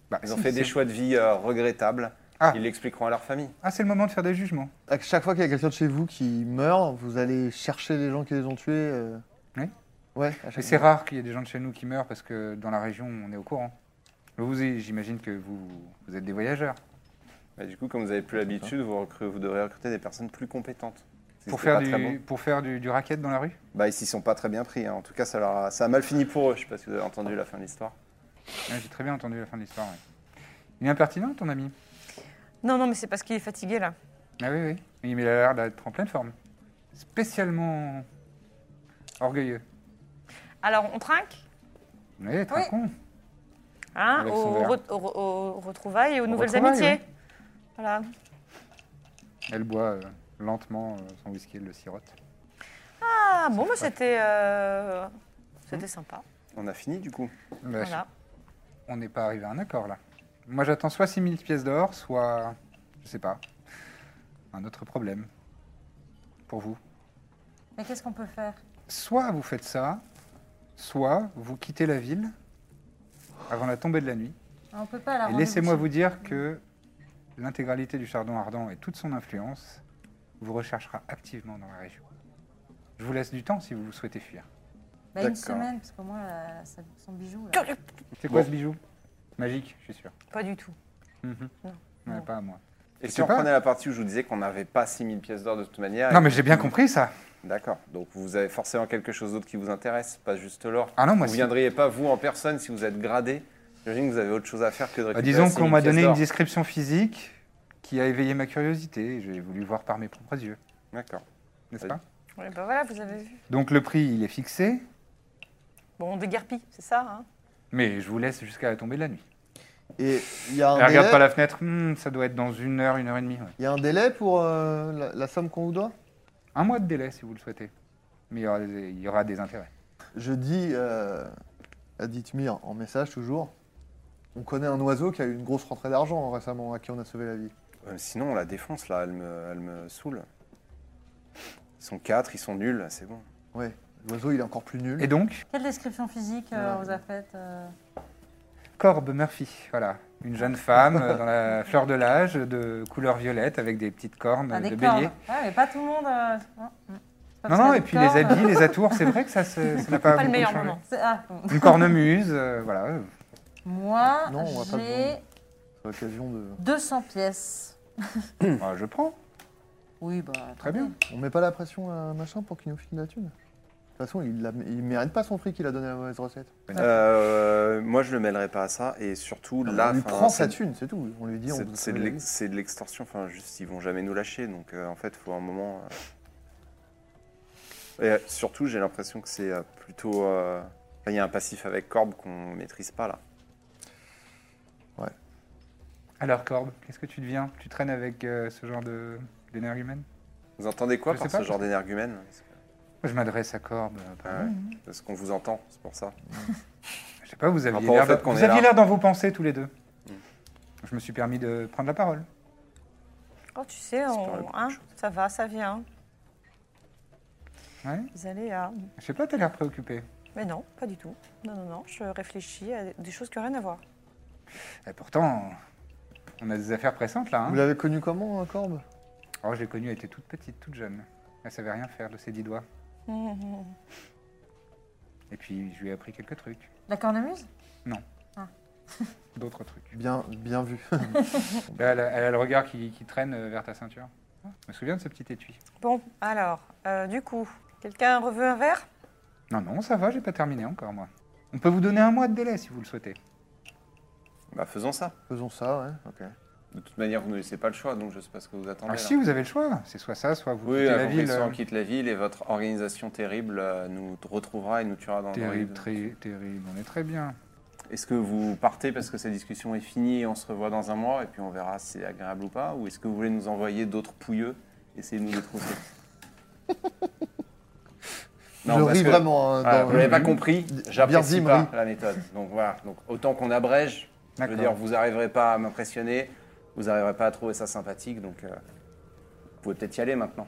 S3: Bah,
S5: Ils ont
S3: si,
S5: fait des
S3: c'est-
S5: choix de vie euh, regrettables.
S3: Ah.
S5: Ils l'expliqueront à leur famille.
S3: Ah, c'est le moment de faire des jugements.
S4: À chaque fois qu'il y a quelqu'un de chez vous qui meurt, vous allez chercher les gens qui les ont tués. euh.
S3: Oui.
S4: Ouais, à
S3: Mais
S4: chaque
S3: c'est rare qu'il y ait des gens de chez nous qui meurent parce que dans la région, on est au courant. Vous, j'imagine que vous, vous êtes des voyageurs.
S5: Bah, du coup, comme vous n'avez plus l'habitude, vous, recrutez- vous devrez recruter des personnes plus compétentes. Parce que
S3: Pour
S5: c'était
S3: faire,
S5: pas très
S3: du,
S5: bon.
S3: pour faire du, du racket dans la rue
S5: Bah, ils s'y sont pas très bien pris. hein. En tout cas, ça, leur a, ça a mal fini pour eux. Je sais pas si vous avez entendu la fin de l'histoire.
S3: Ouais, Ah, J'ai très bien entendu la fin de l'histoire. ouais. Il est impertinent, ton ami
S6: Non, non, mais c'est parce qu'il est fatigué là.
S3: Ah oui, oui. Oui, Mais il a l'air d'être en pleine forme. Spécialement orgueilleux.
S6: Alors, on trinque
S3: Mais très
S6: Oui.
S3: con.
S6: hein,
S3: Avec son
S6: aux,
S3: verre.
S6: re- aux re- aux retrouvailles et aux nouvelles
S3: retrouvailles,
S6: amitiés.
S3: ouais.
S6: Voilà.
S3: Elle boit euh, lentement euh, son whisky, elle le sirote.
S6: Ah bon, bah, c'était euh,
S3: Hmm.
S6: c'était sympa.
S5: On a fini du coup.
S6: Voilà.
S3: On n'est pas arrivé à un accord là. Moi j'attends soit 6000 pièces d'or, soit. Je sais pas. Un autre problème. Pour vous.
S7: Mais qu'est-ce qu'on peut faire
S3: Soit vous faites ça, soit vous quittez la ville avant la tombée de la nuit.
S7: On peut pas la
S3: Et
S7: rendre
S3: laissez-moi vous
S7: bouchée.
S3: dire que l'intégralité du chardon ardent et toute son influence vous recherchera activement dans la région. Je vous laisse du temps si vous souhaitez fuir.
S7: Bah, une
S5: D'accord.
S7: semaine, parce qu'au moins, euh, la- sa- son bijou. là.
S3: C'est quoi ce bijou Magique, je suis sûr.
S6: Pas du tout. Non.
S3: Ouais,
S6: Non.
S3: Pas à moi.
S5: Et si
S3: sais
S5: on
S3: pas.
S5: prenait la partie où je vous disais qu'on n'avait pas 6000 pièces d'or de toute manière.
S3: Non,
S5: et-
S3: mais j'ai bien compris ça.
S5: D'accord. Donc vous avez forcément quelque chose d'autre qui vous intéresse, pas juste l'or.
S3: Ah non, moi,
S5: vous
S3: si-
S5: viendriez pas vous en personne si vous êtes gradé. J'imagine que vous avez autre chose à faire que
S3: Bah,
S5: de récupérer
S3: disons
S5: 6 000
S3: qu'on m'a donné
S5: pièces
S3: une
S5: d'or.
S3: description physique qui a éveillé ma curiosité. et J'ai voulu voir par mes propres yeux,
S5: D'accord.
S3: n'est-ce
S5: Oui.
S3: pas
S6: Ouais, bah, voilà, vous avez vu.
S3: Donc le prix, il est fixé,
S6: Bon, on déguerpit, c'est ça. hein.
S3: mais je vous laisse jusqu'à la tombée de la nuit.
S4: Et il y, a un
S3: Et regarde
S4: délai-
S3: pas la fenêtre, Hmm, ça doit être dans une heure, une heure et demie. ouais.
S4: il y a un délai pour euh, la, la somme qu'on vous doit
S3: Un mois de délai si vous le souhaitez. Mais il y aura des, il y aura des intérêts.
S4: Je dis euh, à Dithmir en message toujours on connaît un oiseau qui a eu une grosse rentrée d'argent récemment, à qui on a sauvé la vie.
S5: Euh, sinon, on la défonce là, elle me, elle me saoule. Ils sont quatre, ils sont nuls, c'est bon.
S4: Ouais, l'oiseau il est encore plus nul.
S3: Et donc,
S7: Quelle description physique euh,
S4: Ouais.
S7: on vous a faite euh,
S3: Corbe Murphy, voilà. Une jeune femme euh, dans la fleur de l'âge, de couleur violette, avec des petites cornes
S7: ah,
S3: euh,
S7: des
S3: de
S7: cornes.
S3: bélier.
S7: Ouais, mais pas tout le monde. euh, hein, hein. C'est pas
S3: Non,
S7: parce qu'il y
S3: non, et
S7: a des
S3: puis les
S7: cornes,
S3: habits, les atours, c'est vrai que ça se- ça n'a pas,
S6: Pas le
S3: beaucoup
S6: meilleur
S3: changé.
S6: moment.
S7: c'est- ah, bon.
S3: Une cornemuse, euh, voilà.
S7: Moi,
S4: Non, on va pas
S7: j'ai
S4: C'est l'occasion de.
S7: 200 pièces.
S3: Ah, je prends,
S7: Oui, bah,
S3: très bien.
S4: On met pas la pression à machin pour qu'il nous file la thune De toute façon, il, la- il mérite pas son prix qu'il a donné à la mauvaise recette.
S5: Euh, moi, je le mêlerai pas à ça, et
S3: Ah,
S5: surtout là,
S4: on lui
S5: enfin,
S4: prend
S5: c'est-
S4: sa thune, c'est tout. On lui dit on
S5: c'est-
S4: vous a
S5: c'est
S4: sauvé
S5: de
S4: la
S5: l'ex-
S4: vie.
S5: c'est de l'extorsion. Enfin, juste, ils vont jamais nous lâcher, donc euh, en fait, faut un moment. euh. Et euh, surtout, j'ai l'impression que c'est euh, plutôt. euh, enfin, Il y a un passif avec Corbe qu'on maîtrise pas là.
S3: Alors Corbe, qu'est-ce que tu deviens Tu traînes avec euh, ce genre de d'énergumène
S5: Vous entendez quoi
S3: Je
S5: par
S3: sais pas,
S5: ce genre d'énergumène Parce que-
S3: Moi, Je m'adresse à Corbe. euh, pardon.
S5: Ah ouais, Parce qu'on vous entend, c'est pour ça.
S3: Je sais pas, vous aviez
S5: Rapport Ah, au
S3: l'air
S5: fait
S3: de-
S5: qu'on
S3: vous
S5: est
S3: aviez
S5: là. Hmm.
S3: l'air dans vos pensées tous les deux. Je me suis permis de prendre la parole.
S6: Oh, tu sais,
S5: C'est pas
S6: on-
S5: beaucoup de
S6: hein,
S5: choses.
S6: ça va, ça vient.
S3: Ouais.
S6: Vous allez à...
S3: Je sais pas, t'as l'air préoccupé.
S6: Mais non, pas du tout. Non, non, non, je réfléchis à des choses qui n'ont rien à voir.
S3: Et Eh, pourtant, on a des affaires pressantes là. hein.
S4: Vous l'avez connu comment, hein, Corbe
S3: Alors, je l'ai connue, elle était toute petite, toute jeune. Elle savait rien faire de ses dix doigts.
S6: Mhm.
S3: Et puis, je lui ai appris quelques trucs,
S7: La cornemuse
S3: d'autres trucs.
S4: Bien, bien vu.
S3: Là, elle, a, elle a le regard qui, qui traîne euh, vers ta ceinture. Je me souviens de ce petit étui.
S6: Bon, alors, euh, du coup, quelqu'un reveut un verre
S3: Non, non, ça va, j'ai pas terminé encore, moi. On peut vous donner un mois de délai si vous le souhaitez.
S5: Bah, faisons ça.
S4: Faisons ça, ouais. ok.
S5: De toute manière, vous ne laissez pas le choix, donc je sais pas ce que vous attendez.
S3: Alors,
S5: là.
S3: si vous avez le choix, c'est soit ça, soit vous
S5: Ah, Oui,
S3: quittez la
S5: avant que
S3: ville.
S5: soit
S3: euh,
S5: on quitte la ville et votre organisation terrible euh, nous t- retrouvera et nous tuera dans
S3: Terrible,
S5: dans-
S3: très, terrible, on est très bien.
S5: Est-ce que vous partez parce que cette discussion est finie et on se revoit dans un mois et puis on verra si c'est agréable ou pas Ou est-ce que vous voulez nous envoyer d'autres pouilleux Essayez de nous le trouver.
S4: je
S5: parce
S4: ris
S5: que-
S4: vraiment. hein,
S5: Voilà,
S4: dans-
S5: vous l'avez pas compris, j'apprécie
S4: Birzim
S5: pas
S4: rit.
S5: la méthode. Donc voilà, donc autant qu'on abrège, je veux
S3: D'accord.
S5: dire, vous n'arriverez pas à m'impressionner, vous n'arriverez pas à trouver ça sympathique, donc euh, vous pouvez peut-être y aller maintenant.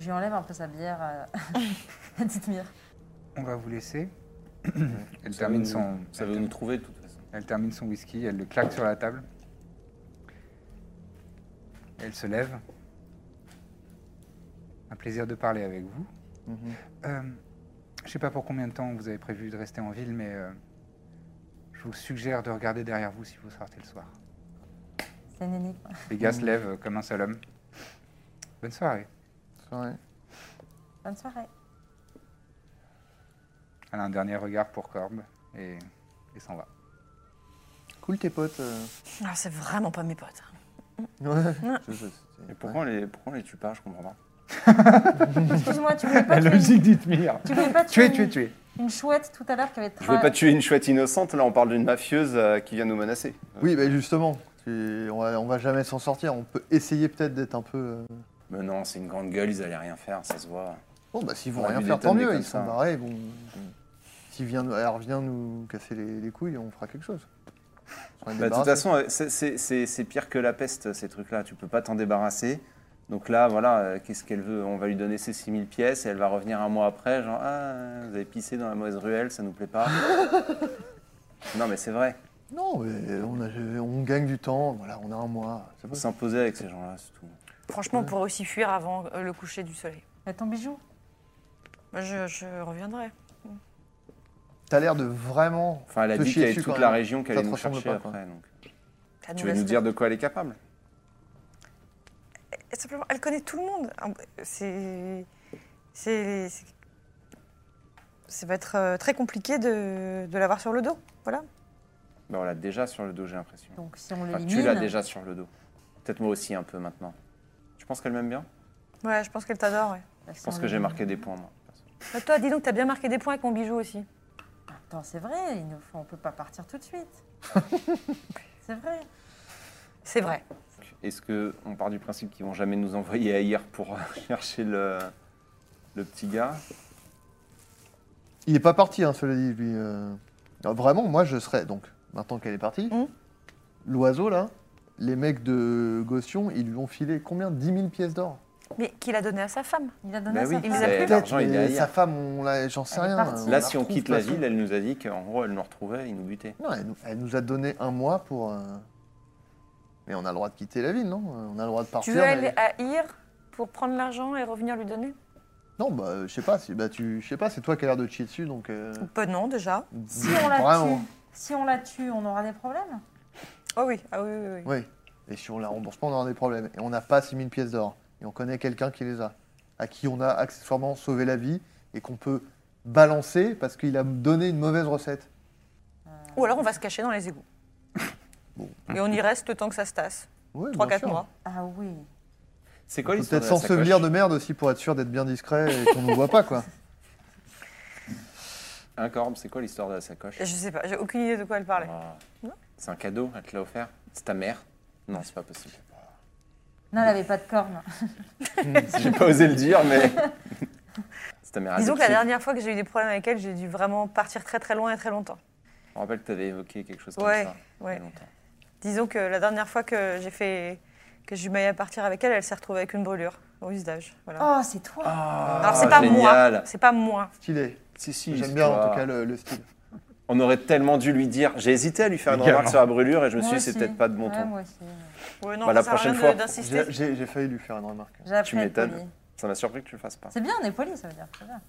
S7: Je lui enlève un peu sa bière, euh, la petite mire.
S3: On va vous laisser. Elle
S5: Ça veut
S3: termine
S5: nous-
S3: son,
S5: Ça veut nous trouver de toute façon.
S3: Elle termine son whisky, elle le claque sur la table. Elle se lève. Un plaisir de parler avec vous.
S5: Mm-hmm.
S3: Euh, je ne sais pas pour combien de temps vous avez prévu de rester en ville, mais euh, je vous suggère de regarder derrière vous si vous sortez le soir.
S7: C'est une énigme.
S3: Les gars
S4: Mm.
S3: se lèvent comme un seul homme. Bonne soirée.
S4: Ouais.
S7: Bonne soirée.
S3: Elle a un dernier regard pour Corbe et, et s'en va.
S4: Cool tes potes. euh.
S6: Ah, c'est vraiment pas mes potes. hein.
S4: Ouais. Je- je-
S5: Et pourquoi on les, pourquoi on les tue pas Je comprends pas.
S7: Excuse-moi, tu voulais pas tuer une-
S3: d'Itmir.
S7: Tu voulais pas tuer
S3: Tuer,
S7: une,
S3: tuer, tuer.
S7: une chouette tout à l'heure qui avait
S8: Je veux pas tuer une chouette innocente, là on parle d'une mafieuse euh, qui vient nous menacer.
S4: Oui, bah justement, tu- on va, on va jamais s'en sortir. On peut essayer peut-être d'être un peu. euh,
S5: Mais non, c'est une grande gueule, ils allaient rien faire, ça se voit.
S4: Bon, bah s'ils
S5: On
S4: vont
S5: a
S4: rien
S5: vu
S4: faire,
S5: des
S4: tant
S5: tonnes
S4: mieux.
S5: comme
S4: Ils sont
S5: ça.
S4: barrés. Bon, s'il vient, nous- elle revient nous casser les, les couilles, on fera quelque chose. On s'en est
S5: Bah, de toute
S4: débarrassé.
S5: façon, euh, c'est- c'est c'est- c'est pire que la peste, ces trucs-là. Tu peux pas t'en débarrasser. Donc là, voilà, euh, qu'est-ce qu'elle veut On va lui donner ses 6000 pièces et elle va revenir un mois après, genre, ah, vous avez pissé dans la mauvaise ruelle, ça nous plaît pas. non, mais c'est vrai.
S4: Non, mais on, a- on gagne du temps. Voilà, on a un mois. c'est
S5: Faut
S4: bon.
S5: s'imposer avec ces gens-là, c'est tout.
S6: Franchement, on pourrait aussi fuir avant euh, le coucher du soleil.
S7: Mais ton bijou.
S6: Bah, je, je reviendrai.
S4: T'as l'air de vraiment.
S5: Enfin, elle a
S4: Te
S5: dit
S4: chier
S5: qu'il y avait
S4: dessus,
S5: toute
S4: quand
S5: la
S4: même.
S5: région qu'elle
S4: Ça
S5: allait
S4: te
S5: nous
S4: ressemble
S5: chercher
S4: pas, quoi.
S5: après. donc.
S6: Ça
S5: Tu
S6: nous
S5: veux
S6: laisse
S5: nous dire de quoi elle est capable
S6: Et simplement, elle connaît tout le monde. Ah, bah, C'est. C'est. c'est- Ça va être euh, très compliqué de, de l'avoir sur le dos. Voilà.
S5: ben, On l'a déjà sur le dos, j'ai l'impression.
S7: Donc si
S6: Ah,
S7: on
S5: Enfin,
S7: l'élimine.
S5: Ah, tu l'as déjà sur le dos. Peut-être moi aussi un peu maintenant. Tu penses qu'elle m'aime bien
S6: Ouais, je pense qu'elle t'adore. Ah, Ouais.
S7: bah,
S5: Je pense que j'ai marqué des points, moi.
S6: Mais Bah, toi, dis donc, t'as bien marqué des points avec mon bijou aussi.
S7: Attends, c'est vrai, il ne faut- on peut pas partir tout de suite. c'est vrai.
S6: C'est vrai.
S5: Est-ce que on part du principe qu'ils vont jamais nous envoyer ailleurs pour euh, chercher le, le petit gars
S4: Il est pas parti, hein, cela dit, lui. euh. Non, vraiment, moi, je serais. Donc, maintenant qu'elle est partie,
S7: Mmh.
S6: Mhm.
S4: l'oiseau, là, les mecs de Gaution, ils lui ont filé combien 10 000 pièces d'or
S6: Mais qu'il a donné à sa femme.
S7: Il a donné
S5: Bah oui,
S7: à sa
S5: il
S7: femme.
S6: les a
S5: mais
S6: plus.
S5: L'argent, il est
S4: Mais Sa
S5: ailleurs.
S4: femme, on l'a- j'en sais
S7: Elle
S4: rien.
S7: est
S4: hein.
S7: partie.
S4: on
S5: Là,
S4: la
S5: si on
S4: retrouve,
S5: quitte
S4: de
S5: la
S4: toute façon.
S5: ville, elle nous a dit qu'en gros, elle nous retrouvait, ils nous butaient.
S4: Non, elle, nous- elle nous a donné un mois pour. euh, Mais on a le droit de quitter la ville, non On a le droit de
S6: Tu
S4: partir.
S6: veux
S4: mais-
S6: aller à Ir pour prendre l'argent et revenir lui donner
S4: Non, bah, euh, je sais pas. si- Bah, tu, je sais pas. C'est toi qui as l'air de te chier dessus, donc. euh,
S6: Pas non, déjà.
S7: Si on la
S4: vraiment.
S7: tue, si on la tue, on aura des problèmes.
S6: Oh oui, ah oui, oui, oui.
S4: Oui. Et si on la rembourse pas, on aura des problèmes. Et on n'a pas 6000 pièces d'or. Et on connaît quelqu'un qui les a. À qui on a accessoirement sauvé la vie et qu'on peut balancer parce qu'il a donné une mauvaise recette.
S6: Ou alors on va se cacher dans les égouts. Et on y reste le temps que ça se tasse.
S4: Ouais, bien
S6: 3-4
S4: sûr.
S6: mois.
S7: Ah oui.
S5: C'est
S4: On
S5: quoi
S4: peut
S5: l'histoire
S4: Peut-être
S5: de la
S4: s'ensevelir
S5: sacoche
S4: de merde aussi pour être sûr d'être bien discret et qu'on ne voit pas, quoi.
S5: Un corbe, c'est quoi l'histoire de la sacoche
S6: Je sais pas, j'ai aucune idée de quoi elle parlait.
S5: Ah.
S6: Non.
S5: C'est un cadeau, elle te l'a offert C'est ta mère Non, c'est pas possible.
S7: Non, elle avait pas de cornes.
S5: J'ai pas osé le dire, mais. Ah, c'est ta mère
S6: Disons que la
S5: adoptive.
S6: dernière fois que j'ai eu des problèmes avec elle, j'ai dû vraiment partir très très loin et très longtemps.
S5: Je me rappelle que t'avais évoqué quelque chose comme
S6: Ouais,
S5: ça. il y a
S6: ouais.
S5: longtemps.
S6: Disons que la dernière fois que j'ai fait que je m'aille à partir avec elle, elle s'est retrouvée avec une brûlure au visage. Voilà.
S7: Oh, c'est toi.
S6: Ah, Alors c'est pas
S5: génial.
S6: moi, c'est pas moi.
S4: Stylé.
S5: Si, si,
S4: J'aime
S5: c'est
S4: bien, en
S5: toi.
S4: tout cas, le, le style.
S5: On aurait tellement dû lui dire. J'ai hésité à lui faire une
S2: Également.
S5: remarque sur la brûlure et je me
S7: Moi
S5: suis dit, c'est
S7: aussi.
S5: peut-être pas de bon
S7: Ouais,
S5: ton.
S7: moi aussi.
S6: Ouais, non,
S5: Bah, la
S6: ça sert à
S5: prochaine
S6: rien
S5: fois,
S6: de- d'insister.
S4: J'ai j'ai- j'ai failli lui faire une remarque.
S7: J'ai appris à être
S5: m'étonnes.
S7: polie.
S5: Ça m'a surpris que tu le fasses pas.
S7: C'est bien, on est poli, ça veut dire. c'est bien.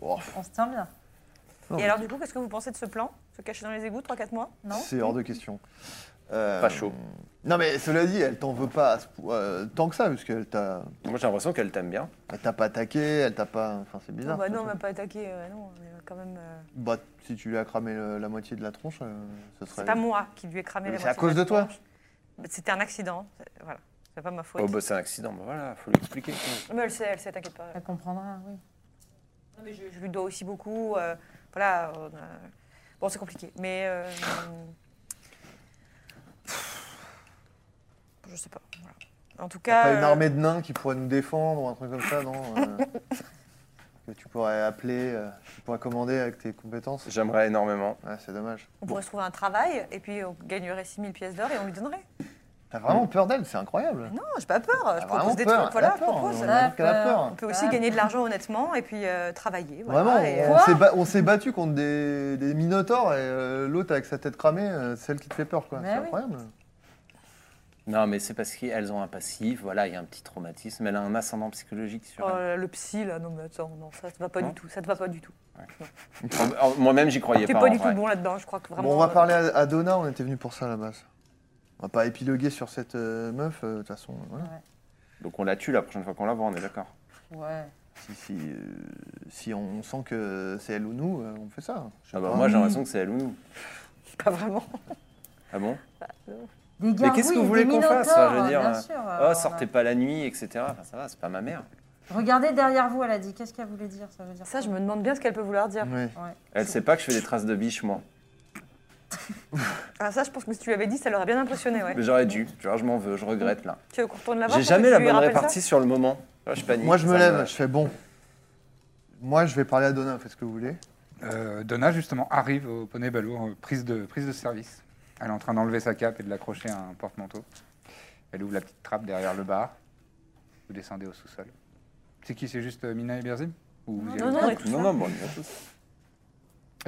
S4: Oh,
S7: On se tient bien.
S6: Et alors du coup, qu'est-ce que vous pensez de ce plan Se cacher dans les égouts 3-4 mois Non
S4: C'est hors de question. Euh,
S5: Pas chaud.
S4: Non, mais cela dit, elle t'en veut pas à ce po- euh, tant que ça, puisqu'elle t'a
S5: Moi, j'ai l'impression qu'elle t'aime bien.
S4: elle t'a pas attaqué, elle t'a pas. Enfin, c'est
S6: Non,
S4: bizarre.
S6: bah
S4: ça,
S6: non, on
S4: ça.
S6: m'a pas attaqué, euh, non, mais quand même... euh,
S4: Bah, si tu lui as cramé le- la moitié de la tronche, euh, ce serait.
S6: C'est pas moi qui lui ai cramé
S4: Mais
S6: la
S4: c'est à
S6: moitié
S4: cause
S6: la
S4: de toi.
S6: tronche. Mais Bah, C'était un accident, c'est- voilà, c'est pas ma faute.
S5: Oh, bah, c'est un accident. Bah, voilà, faut l'expliquer.
S6: Mais elle sait, elle sait, t'inquiète pas.
S7: Elle comprendra, oui.
S6: Non, mais je, je lui dois aussi beaucoup. euh, voilà. on a- Bon, c'est compliqué. Mais. euh, je sais pas. voilà. En tout
S4: T'as
S6: cas,
S4: pas une
S6: euh,
S4: armée de nains qui pourrait nous défendre ou un truc comme ça, non euh, Que tu pourrais appeler, euh, tu pourrais commander avec tes compétences
S8: J'aimerais énormément.
S4: Ouais, c'est dommage.
S6: euh, on pourrait se trouver un travail et puis on gagnerait 6000 pièces d'or et on lui donnerait.
S4: T'as vraiment peur d'elle, c'est incroyable.
S6: Non, j'ai pas peur. Mm. Je
S4: T'as
S6: propose
S4: Ah, vraiment
S6: des
S4: peur.
S6: trucs. Voilà,
S4: elle a
S6: je
S4: peur,
S6: propose.
S4: On,
S7: elle a
S4: a dit qu'elle a
S7: peur.
S4: peur.
S6: Euh, On peut aussi gagner de l'argent honnêtement et puis euh, travailler. voilà,
S4: Vraiment,
S6: et,
S4: on s'est ba- on s'est battu contre des, des minotaures et euh, l'autre avec sa tête cramée, euh, c'est celle qui te fait peur, quoi.
S6: Bah
S7: Mais
S4: C'est
S7: oui.
S4: incroyable.
S5: Non, mais c'est parce qu'elles ont un passif, voilà, il y a un petit traumatisme, elle a un ascendant psychologique sur
S6: Oh
S5: elle.
S6: là là, le psy, là, non, mais attends, non, ça te va pas
S5: Non.
S6: du tout, ça te va pas du tout.
S5: Oh, oh, Moi-même, j'y croyais
S6: T'es
S5: pas.
S6: pas
S5: en
S6: du tout
S5: vrai.
S6: bon là-dedans, je crois que vraiment.
S4: Bon, on va
S6: euh,
S4: parler à, à Donna, on était venu pour ça à la base. On va pas épiloguer sur cette euh, meuf, euh, de toute façon. voilà.
S5: Donc on la tue la prochaine fois qu'on la voit, on est d'accord.
S7: Ouais.
S4: Si, si, euh, si on sent que c'est elle ou nous, euh, on fait ça. Je sais
S5: Ah bah,
S4: pas.
S5: moi, j'ai l'impression que c'est elle ou nous.
S6: Pas vraiment.
S5: Ah bon
S7: Des gargouilles,
S5: qu'est-ce que vous
S7: des
S5: voulez qu'on fasse,
S7: minotaures,
S5: je veux dire,
S7: bien
S5: euh,
S7: sûr,
S6: Ah,
S7: euh,
S5: Oh, sortez pas la nuit, etc. Enfin, ça va, c'est pas ma mère.
S7: Regardez derrière vous, elle a dit. Qu'est-ce qu'elle voulait dire Ça veut dire
S6: Ça, je
S7: quoi
S6: me demande bien ce qu'elle peut vouloir dire.
S4: Ouais.
S5: Elle sait pas que je fais des traces de biche, moi.
S6: Ah, ça, je pense que si tu l'avais dit, ça l'aurait bien impressionné, ouais.
S5: Mais j'aurais dû. Tu vois, je m'en veux, je regrette là.
S6: Tu veux qu'on retourne là-bas
S5: J'ai
S6: pour
S5: jamais
S6: que
S5: la
S6: tu lui
S5: bonne
S6: rappelles Ah, ça
S5: répartie sur le moment. Tu vois, je panique.
S4: Moi, je me
S5: ça
S4: lève, je fais bon. Moi, je vais parler à Donna, faites ce que vous voulez.
S3: Euh, Donna, justement, arrive au poney balourd, euh, prise de, prise de service. Elle est en train d'enlever sa cape et de l'accrocher à un porte-manteau. Elle ouvre la petite trappe derrière le bar. Vous descendez au sous-sol. C'est qui C'est juste euh, Mina et Berzim Ou vous y
S6: Non,
S3: allez
S6: non, on est tous
S5: Non,
S6: là.
S5: non, bon, on y va tous.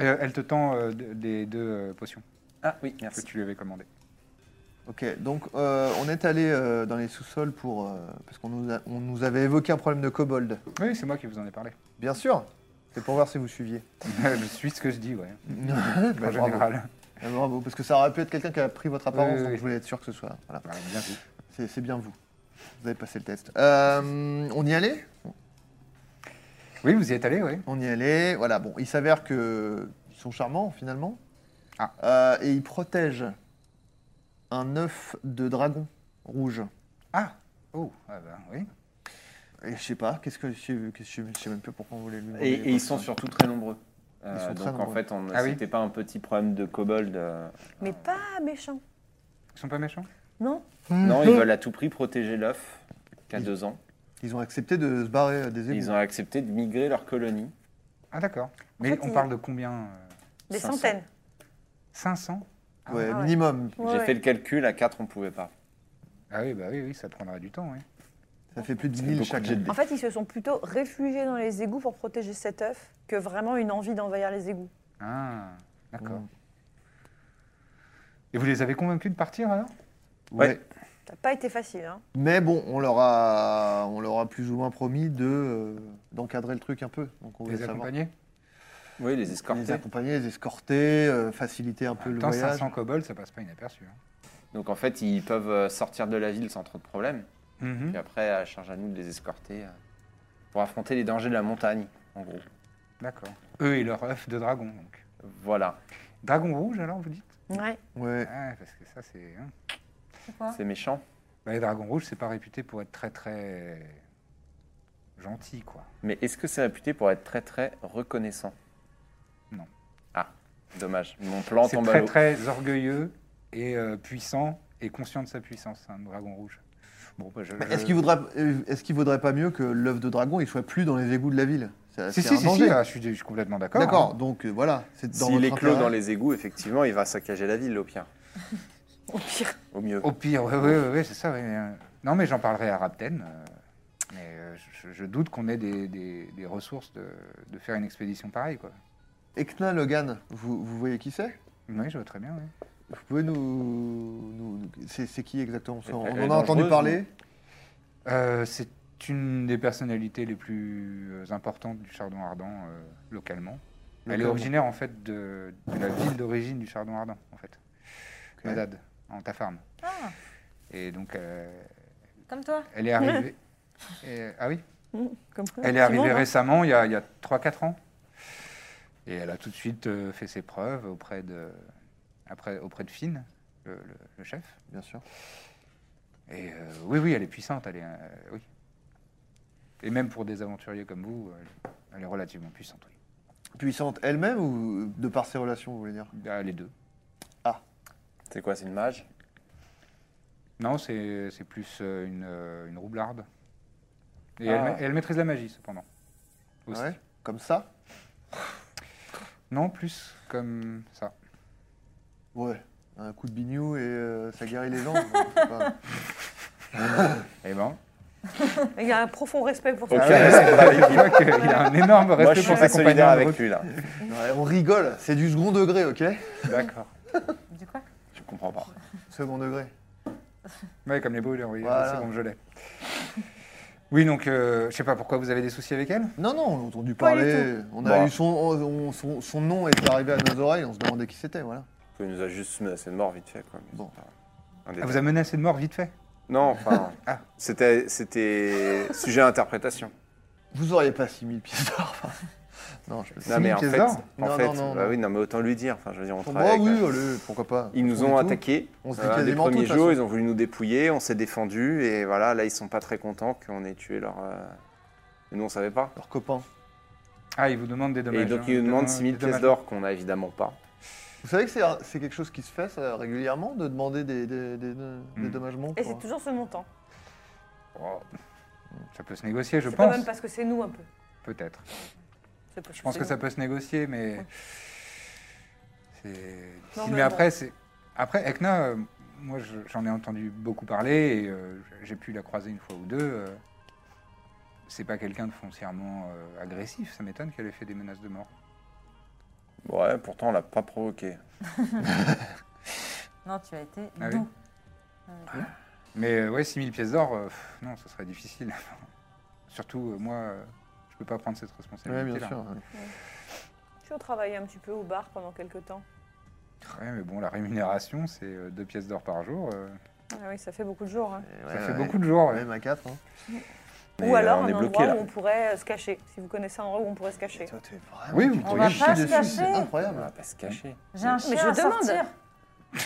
S3: Euh, Elle te tend euh, de- des deux euh, potions
S5: Ah oui,
S3: que
S5: merci.
S3: tu lui avais commandées.
S4: Ok, donc euh, on est allé euh, dans les sous-sols pour. euh, parce qu'on nous, a- on nous avait évoqué un problème de kobold.
S3: Oui, c'est moi qui vous en ai parlé.
S4: Bien sûr C'est pour voir si vous suiviez.
S3: je suis ce que je dis, ouais.
S4: Bah,
S3: en
S4: bravo.
S3: général.
S4: Ah, bravo, parce que ça aurait pu être quelqu'un qui a pris votre apparence,
S3: Oui, oui,
S4: donc
S3: oui.
S4: je voulais être sûr que ce soit. Voilà,
S3: Bah, bien vu.
S4: c'est c'est bien vous. Vous avez passé le test. Euh, on y allait
S3: Oui, vous y êtes allé, oui.
S4: On y allait. Voilà, bon, il s'avère que ils sont charmants finalement.
S3: Ah.
S4: Euh, et ils protègent un œuf de dragon rouge.
S3: Ah Oh, ah bah, oui.
S4: Et je sais pas, qu'est-ce que je sais, qu'est-ce que je je sais même plus pourquoi on voulait lui
S5: Et,
S4: demander.
S5: et ils sont surtout très nombreux. Euh,
S4: Ils sont très
S5: donc en
S4: nombreux.
S5: fait, on-
S3: Ah oui.
S5: c'était pas un petit problème de kobold. euh,
S6: Mais pas méchant.
S3: Ils sont pas méchants
S6: Non
S4: Hmm.
S5: Non, ils veulent à tout prix protéger l'œuf qui a
S4: Mm. Ils-
S5: deux ans.
S4: Ils ont accepté de se barrer euh, des
S5: Et
S4: égouts.
S5: Ils ont accepté de migrer leur colonie.
S3: Ah, d'accord. Mais
S6: fait,
S3: on
S6: il-
S3: parle de combien euh,
S6: Des
S5: 500.
S6: centaines.
S3: 500 Ah
S4: Ouais,
S6: ouais.
S4: minimum.
S5: J'ai
S6: Ouais.
S5: fait le calcul, à 4 on pouvait pas.
S3: Ah oui, bah oui, oui, ça prendrait du temps, oui.
S4: Ça fait plus de 1000
S5: beaucoup
S4: chaque
S5: de
S4: jet de
S5: dés.
S4: dés.
S6: En fait, ils se sont plutôt réfugiés dans les égouts pour protéger cet œuf que vraiment une envie d'envahir les égouts.
S3: Ah, d'accord.
S4: Mm.
S3: Et vous les avez convaincus de partir alors
S4: Ouais.
S5: Ouais.
S6: Ça n'a pas été facile, hein.
S4: Mais bon, on leur a, on leur a plus ou moins promis de euh, d'encadrer le truc un peu. Donc on
S3: Les
S4: voulait savoir.
S3: accompagner
S5: Oui, les
S4: Les
S5: escorter.
S4: accompagner, les escorter, euh, faciliter un
S3: En
S4: peu
S3: même
S4: le
S3: temps,
S4: voyage.
S3: 500 kobolds, ça passe pas inaperçu. hein.
S5: Donc en fait, ils peuvent euh, sortir de la ville sans trop de problèmes.
S4: Mmh.
S3: Mhm.
S5: Puis après, à charge à nous de les escorter euh, pour affronter les dangers de la montagne, en gros.
S3: D'accord. Eux et leur œuf de dragon, donc.
S5: Voilà,
S3: Dragon rouge, alors, vous dites
S6: Ouais.
S4: Ouais.
S3: Ah, parce que ça, c'est... hein.
S6: Ah.
S5: c'est méchant.
S3: Bah, les dragons rouges, c'est pas réputé pour être très, très... gentil, quoi.
S5: Mais est-ce que c'est réputé pour être très très reconnaissant
S3: Non.
S5: Ah, dommage. Mon plan
S3: C'est
S5: tombe à
S3: très,
S5: l'eau.
S3: très orgueilleux et euh, puissant et conscient de sa puissance, un dragon rouge. Bon, bah, je...
S4: Mais
S3: je-
S4: Est-ce qu'il vaudrait, est-ce qu'il vaudrait pas mieux que l'œuf de dragon il soit plus dans les égouts de la ville C'est
S3: Si,
S4: c'est
S3: si,
S4: un
S3: si,
S4: danger.
S3: si, ah, je, suis, je suis complètement d'accord.
S4: D'accord. Donc euh, voilà, c'est dans
S8: S'il
S4: votre
S8: est clos
S4: intérêt.
S8: dans les égouts, effectivement, il va saccager la ville au pire.
S6: Au pire.
S8: Au mieux.
S3: Au pire, oui, oui, oui, c'est ça. ouais, euh, Non, mais j'en parlerai à Rapten. euh, mais euh, je, je doute qu'on ait des, des- des ressources de, de faire une expédition pareille, quoi.
S4: Ekna Logan, vous, vous voyez qui c'est
S3: Oui, je vois très bien, oui.
S4: Vous pouvez nous, nous- nous- c'est, c'est qui exactement On,
S5: Elle
S4: on
S5: est
S4: en a entendu
S5: dangereuse,
S4: parler.
S3: Euh, c'est une des personnalités les plus euh, importantes du Chardon Ardent euh, localement. Elle est
S4: Localement.
S3: originaire, en fait, de, de la ville d'origine du Chardon Ardent, en fait.
S4: Ok.
S3: Madad, en Tafarn.
S7: Ah,
S3: Et donc, euh,
S7: comme toi.
S3: elle est arrivée... Et- ah oui
S6: Mmh, Comme quoi,
S3: Elle est
S6: tout le
S3: arrivée
S6: monde, hein.
S3: récemment, il y a, il y a 3-4 ans. Et elle a tout de suite euh, fait ses preuves auprès de, après, auprès de Finn, le, le- le chef.
S4: Bien sûr.
S3: Et euh, oui, oui, elle est puissante. Elle est, euh, oui. Et même pour des aventuriers comme vous, elle, elle est relativement puissante. Oui.
S4: Puissante elle-même ou de par
S3: Bah,
S4: ses relations, vous voulez dire
S3: Ah, les deux.
S5: C'est quoi, c'est une mage
S3: Non, c'est c'est plus euh, une, euh, une roublarde. Et
S9: Ah.
S3: elle, ma- elle maîtrise la magie, cependant.
S5: Ah
S3: Aussi.
S4: Ouais, comme ça
S3: Non, plus comme ça.
S4: Ouais. Un coup de bignou et euh, ça guérit les gens. bon, c'est pas-
S3: Eh ben,
S6: hein. Il y a un profond respect pour
S5: Ok,
S6: ça.
S3: ah ouais,
S5: reste pas avec
S3: je
S5: lui.
S3: vois qu'il a un énorme
S5: Moi,
S3: respect
S5: je suis
S3: pour
S5: très
S3: sa compagnie.
S5: solidaire
S3: en
S5: avec
S3: route.
S5: lui, là.
S4: Ouais, on rigole, c'est du second degré, ok
S3: D'accord.
S7: Du quoi
S5: Je comprends pas.
S4: Second degré.
S3: Ouais, comme les brûlures, oui.
S4: Voilà.
S3: C'est bon, je l'ai. Oui, donc, euh, je sais pas pourquoi vous avez des soucis avec elle.
S4: Non, non, on a entendu
S6: Pas du
S4: parler. On a
S5: Bah.
S4: eu son, on- son, son nom est arrivé à nos oreilles, on se demandait qui c'était, voilà.
S5: Il nous a juste menacé de mort vite fait, quoi. Mais
S4: Bon.
S5: c'est pas un détail.
S3: Elle Ah, vous a menacé de mort vite fait.
S5: Non, enfin,
S3: Ah.
S5: c'était, c'était sujet à interprétation.
S4: Vous auriez pas 6000 pièces d'or. enfin. non, je peux
S5: Non, mais en
S3: pièces
S5: fait,
S3: d'or
S5: en
S4: Non,
S5: fait,
S4: non, non,
S5: bah
S4: non.
S5: oui, non, mais autant lui dire. Enfin, je veux dire, on
S4: Pour
S5: travaille.
S4: moi,
S5: avec-
S4: bah oui, allez, pourquoi pas.
S5: Ils nous
S4: On est
S5: ont
S4: tout.
S5: attaqués.
S4: On se dit
S5: euh, un des
S4: quasiment tout, de
S5: premiers
S4: toute
S5: jours,
S4: façon.
S5: ils ont voulu nous dépouiller, on s'est défendu, et voilà, là, ils sont pas très contents qu'on ait tué leur. euh, Mais nous, on savait pas.
S4: Leurs copains.
S3: Ah, il vous demande des dommages.
S5: et donc,
S3: hein,
S5: ils nous demandent
S3: des
S5: 6000
S3: dommages.
S5: pièces d'or qu'on a évidemment pas.
S4: Vous savez que c'est c'est quelque chose qui se fait ça, régulièrement, de demander des, des, des, des
S5: Mm.
S4: dommagements
S6: Et
S4: pour-
S6: c'est toujours ce montant.
S3: Oh. Ça peut se négocier, je
S6: C'est quand
S3: pense.
S6: même parce que c'est nous un peu.
S3: Peut-être.
S6: C'est parce
S3: Je pense
S6: c'est
S3: que ça
S6: nous.
S3: peut se négocier, mais.
S6: Ouais.
S3: C'est difficile.
S6: Non,
S3: mais
S6: mais bon.
S3: après, c'est. Après, Ekna, euh, moi, je- j'en ai entendu beaucoup parler et euh, j'ai pu la croiser une fois ou deux. euh, c'est pas quelqu'un de foncièrement euh, agressif, ça m'étonne qu'elle ait fait des menaces de mort.
S5: Ouais, pourtant, on l'a pas provoqué.
S7: Non, tu as été
S3: Ah oui.
S7: doux.
S3: Mais euh, ouais, 6000 pièces d'or, euh, pff, non, ce serait difficile. Surtout, euh, moi, euh, je peux pas prendre cette
S4: Ouais,
S3: responsabilité-là.
S4: bien sûr. ouais.
S6: Tu as travaillé un petit peu au bar pendant quelques temps.
S3: Ouais, mais bon, la rémunération, c'est 2 pièces d'or par jour. euh,
S6: Ah oui, ça fait beaucoup de jours. hein.
S4: Et
S3: ça
S4: ouais,
S3: fait
S4: ouais.
S3: beaucoup de jours. ouais.
S4: Même à 4. Hein.
S5: Mais,
S6: Ou
S5: euh,
S6: alors
S5: on
S6: un
S5: est
S6: endroit
S5: bloqué, là.
S6: où on pourrait euh, se cacher. Si vous connaissez un endroit où on pourrait se cacher.
S4: Toi, t'es vraiment-
S3: Oui, vous
S4: tu te
S3: pourriez
S4: chies
S7: pas se
S4: dessus,
S7: cacher.
S4: C'est
S5: On va
S4: incroyable.
S5: pas se cacher.
S7: J'ai un chien
S6: je
S7: à
S6: demande.
S7: sortir.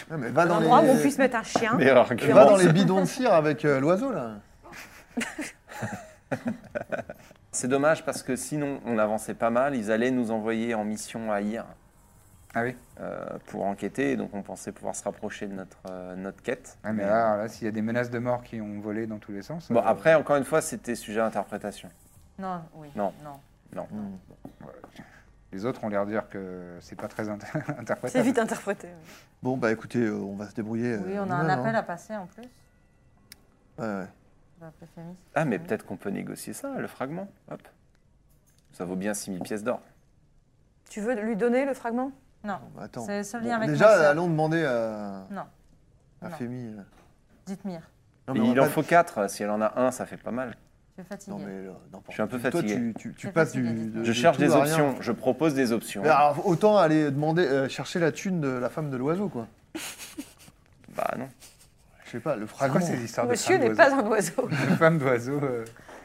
S4: Ouais, mais va dans
S6: un
S4: les,
S6: endroit où on puisse mettre un chien.
S5: Meilleur
S6: Et
S4: Hein va
S5: argument.
S4: dans les bidons de cire avec euh, l'oiseau, là.
S5: C'est dommage parce que sinon, on avançait pas mal. Ils allaient nous envoyer en mission à IR
S3: Ah oui.
S5: euh, pour enquêter. Et donc, on pensait pouvoir se rapprocher de notre, euh, notre quête.
S4: Ah,
S3: Ouais, ah, mais là, là, s'il y a des menaces de mort qui ont volé dans tous les sens.
S5: Bon,
S3: euh,
S5: après, encore une fois, c'était sujet à interprétation.
S7: Non, oui.
S5: Non.
S7: non.
S5: Non.
S3: Les autres ont l'air de dire que c'est pas très inter- interprétable.
S6: C'est vite interprété. ouais.
S4: Bon, bah écoutez, euh, on va se débrouiller.
S7: Oui,
S4: euh,
S7: on a un
S4: nous-mêmes,
S7: appel
S4: hein.
S7: à passer en plus.
S4: Ouais, ouais.
S7: On va appeler Fémis.
S5: Ah, mais peut-être qu'on peut négocier ça, le fragment. Hop. Ça vaut bien 6000 pièces d'or.
S6: Tu veux lui donner le fragment
S4: Bon, bah, attends.
S7: C'est le seul
S4: Bon,
S7: lien avec ma
S4: déjà,
S7: sœur.
S4: allons demander à,
S7: Non.
S4: à
S7: Non.
S4: Femi. euh.
S7: Dites Mire,
S4: Non,
S5: Et
S4: mais on
S5: il
S4: va
S5: en
S4: pas-
S5: faut 4. Si elle en a un, ça fait pas mal.
S7: tu es fatigué.
S4: Non, mais euh, n'importe
S5: Je suis un peu
S4: quoi. Toi, tu-
S5: fatigué.
S4: tu, tu
S7: C'est
S4: passes
S7: fatigué,
S4: du.
S7: dites-moi.
S4: de-
S5: Je
S4: de
S5: cherche
S4: tout
S5: des
S4: à rien.
S5: options. Je propose des options.
S4: Mais alors, autant aller demander, euh, chercher la thune de la femme de l'oiseau, quoi.
S5: Bah non.
S4: Je sais pas, le
S3: C'est
S4: fragment.
S3: quoi ces histoires
S6: Monsieur
S3: de
S6: n'est pas un oiseau.
S3: une femme d'oiseau. euh,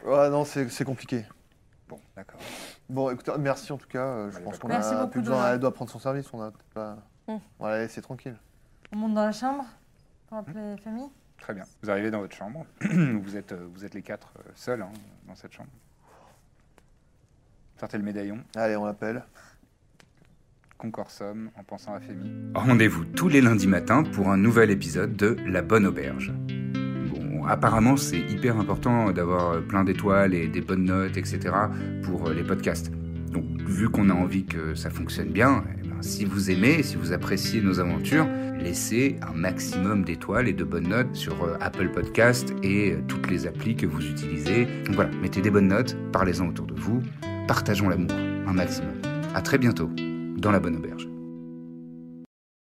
S4: Ah non, c'est c'est compliqué.
S3: Bon, d'accord.
S4: Bon, écoute, merci en tout cas. euh, Je
S3: Allez,
S4: pense
S3: pas
S4: qu'on
S7: Merci
S4: a
S7: beaucoup, Hum.
S4: plus besoin.
S7: Dora.
S4: Elle doit prendre son service. On a peut-être pas.
S6: Hmm.
S4: On va la laisser tranquille.
S7: On monte dans la chambre pour appeler Fémis.
S3: Très bien. Vous arrivez dans votre chambre. vous, êtes, euh, vous êtes les quatre euh, seuls hein, dans cette chambre. Sortez le médaillon,
S4: Allez, on l'appelle.
S3: concorsum, en pensant à Fémi.
S10: Rendez-vous tous les lundis matins pour un nouvel épisode de La Bonne Auberge. Bon, apparemment, c'est hyper important d'avoir euh, plein d'étoiles et des bonnes notes, etc. pour euh, les podcasts. Donc, vu qu'on a envie que ça fonctionne bien, eh ben, si vous aimez, si vous appréciez nos aventures, laissez un maximum d'étoiles et de bonnes notes sur euh, Apple Podcast et euh, toutes les applis que vous utilisez. Donc voilà, mettez des bonnes notes, parlez-en autour de vous, partageons l'amour un maximum. À très bientôt dans La Bonne Auberge.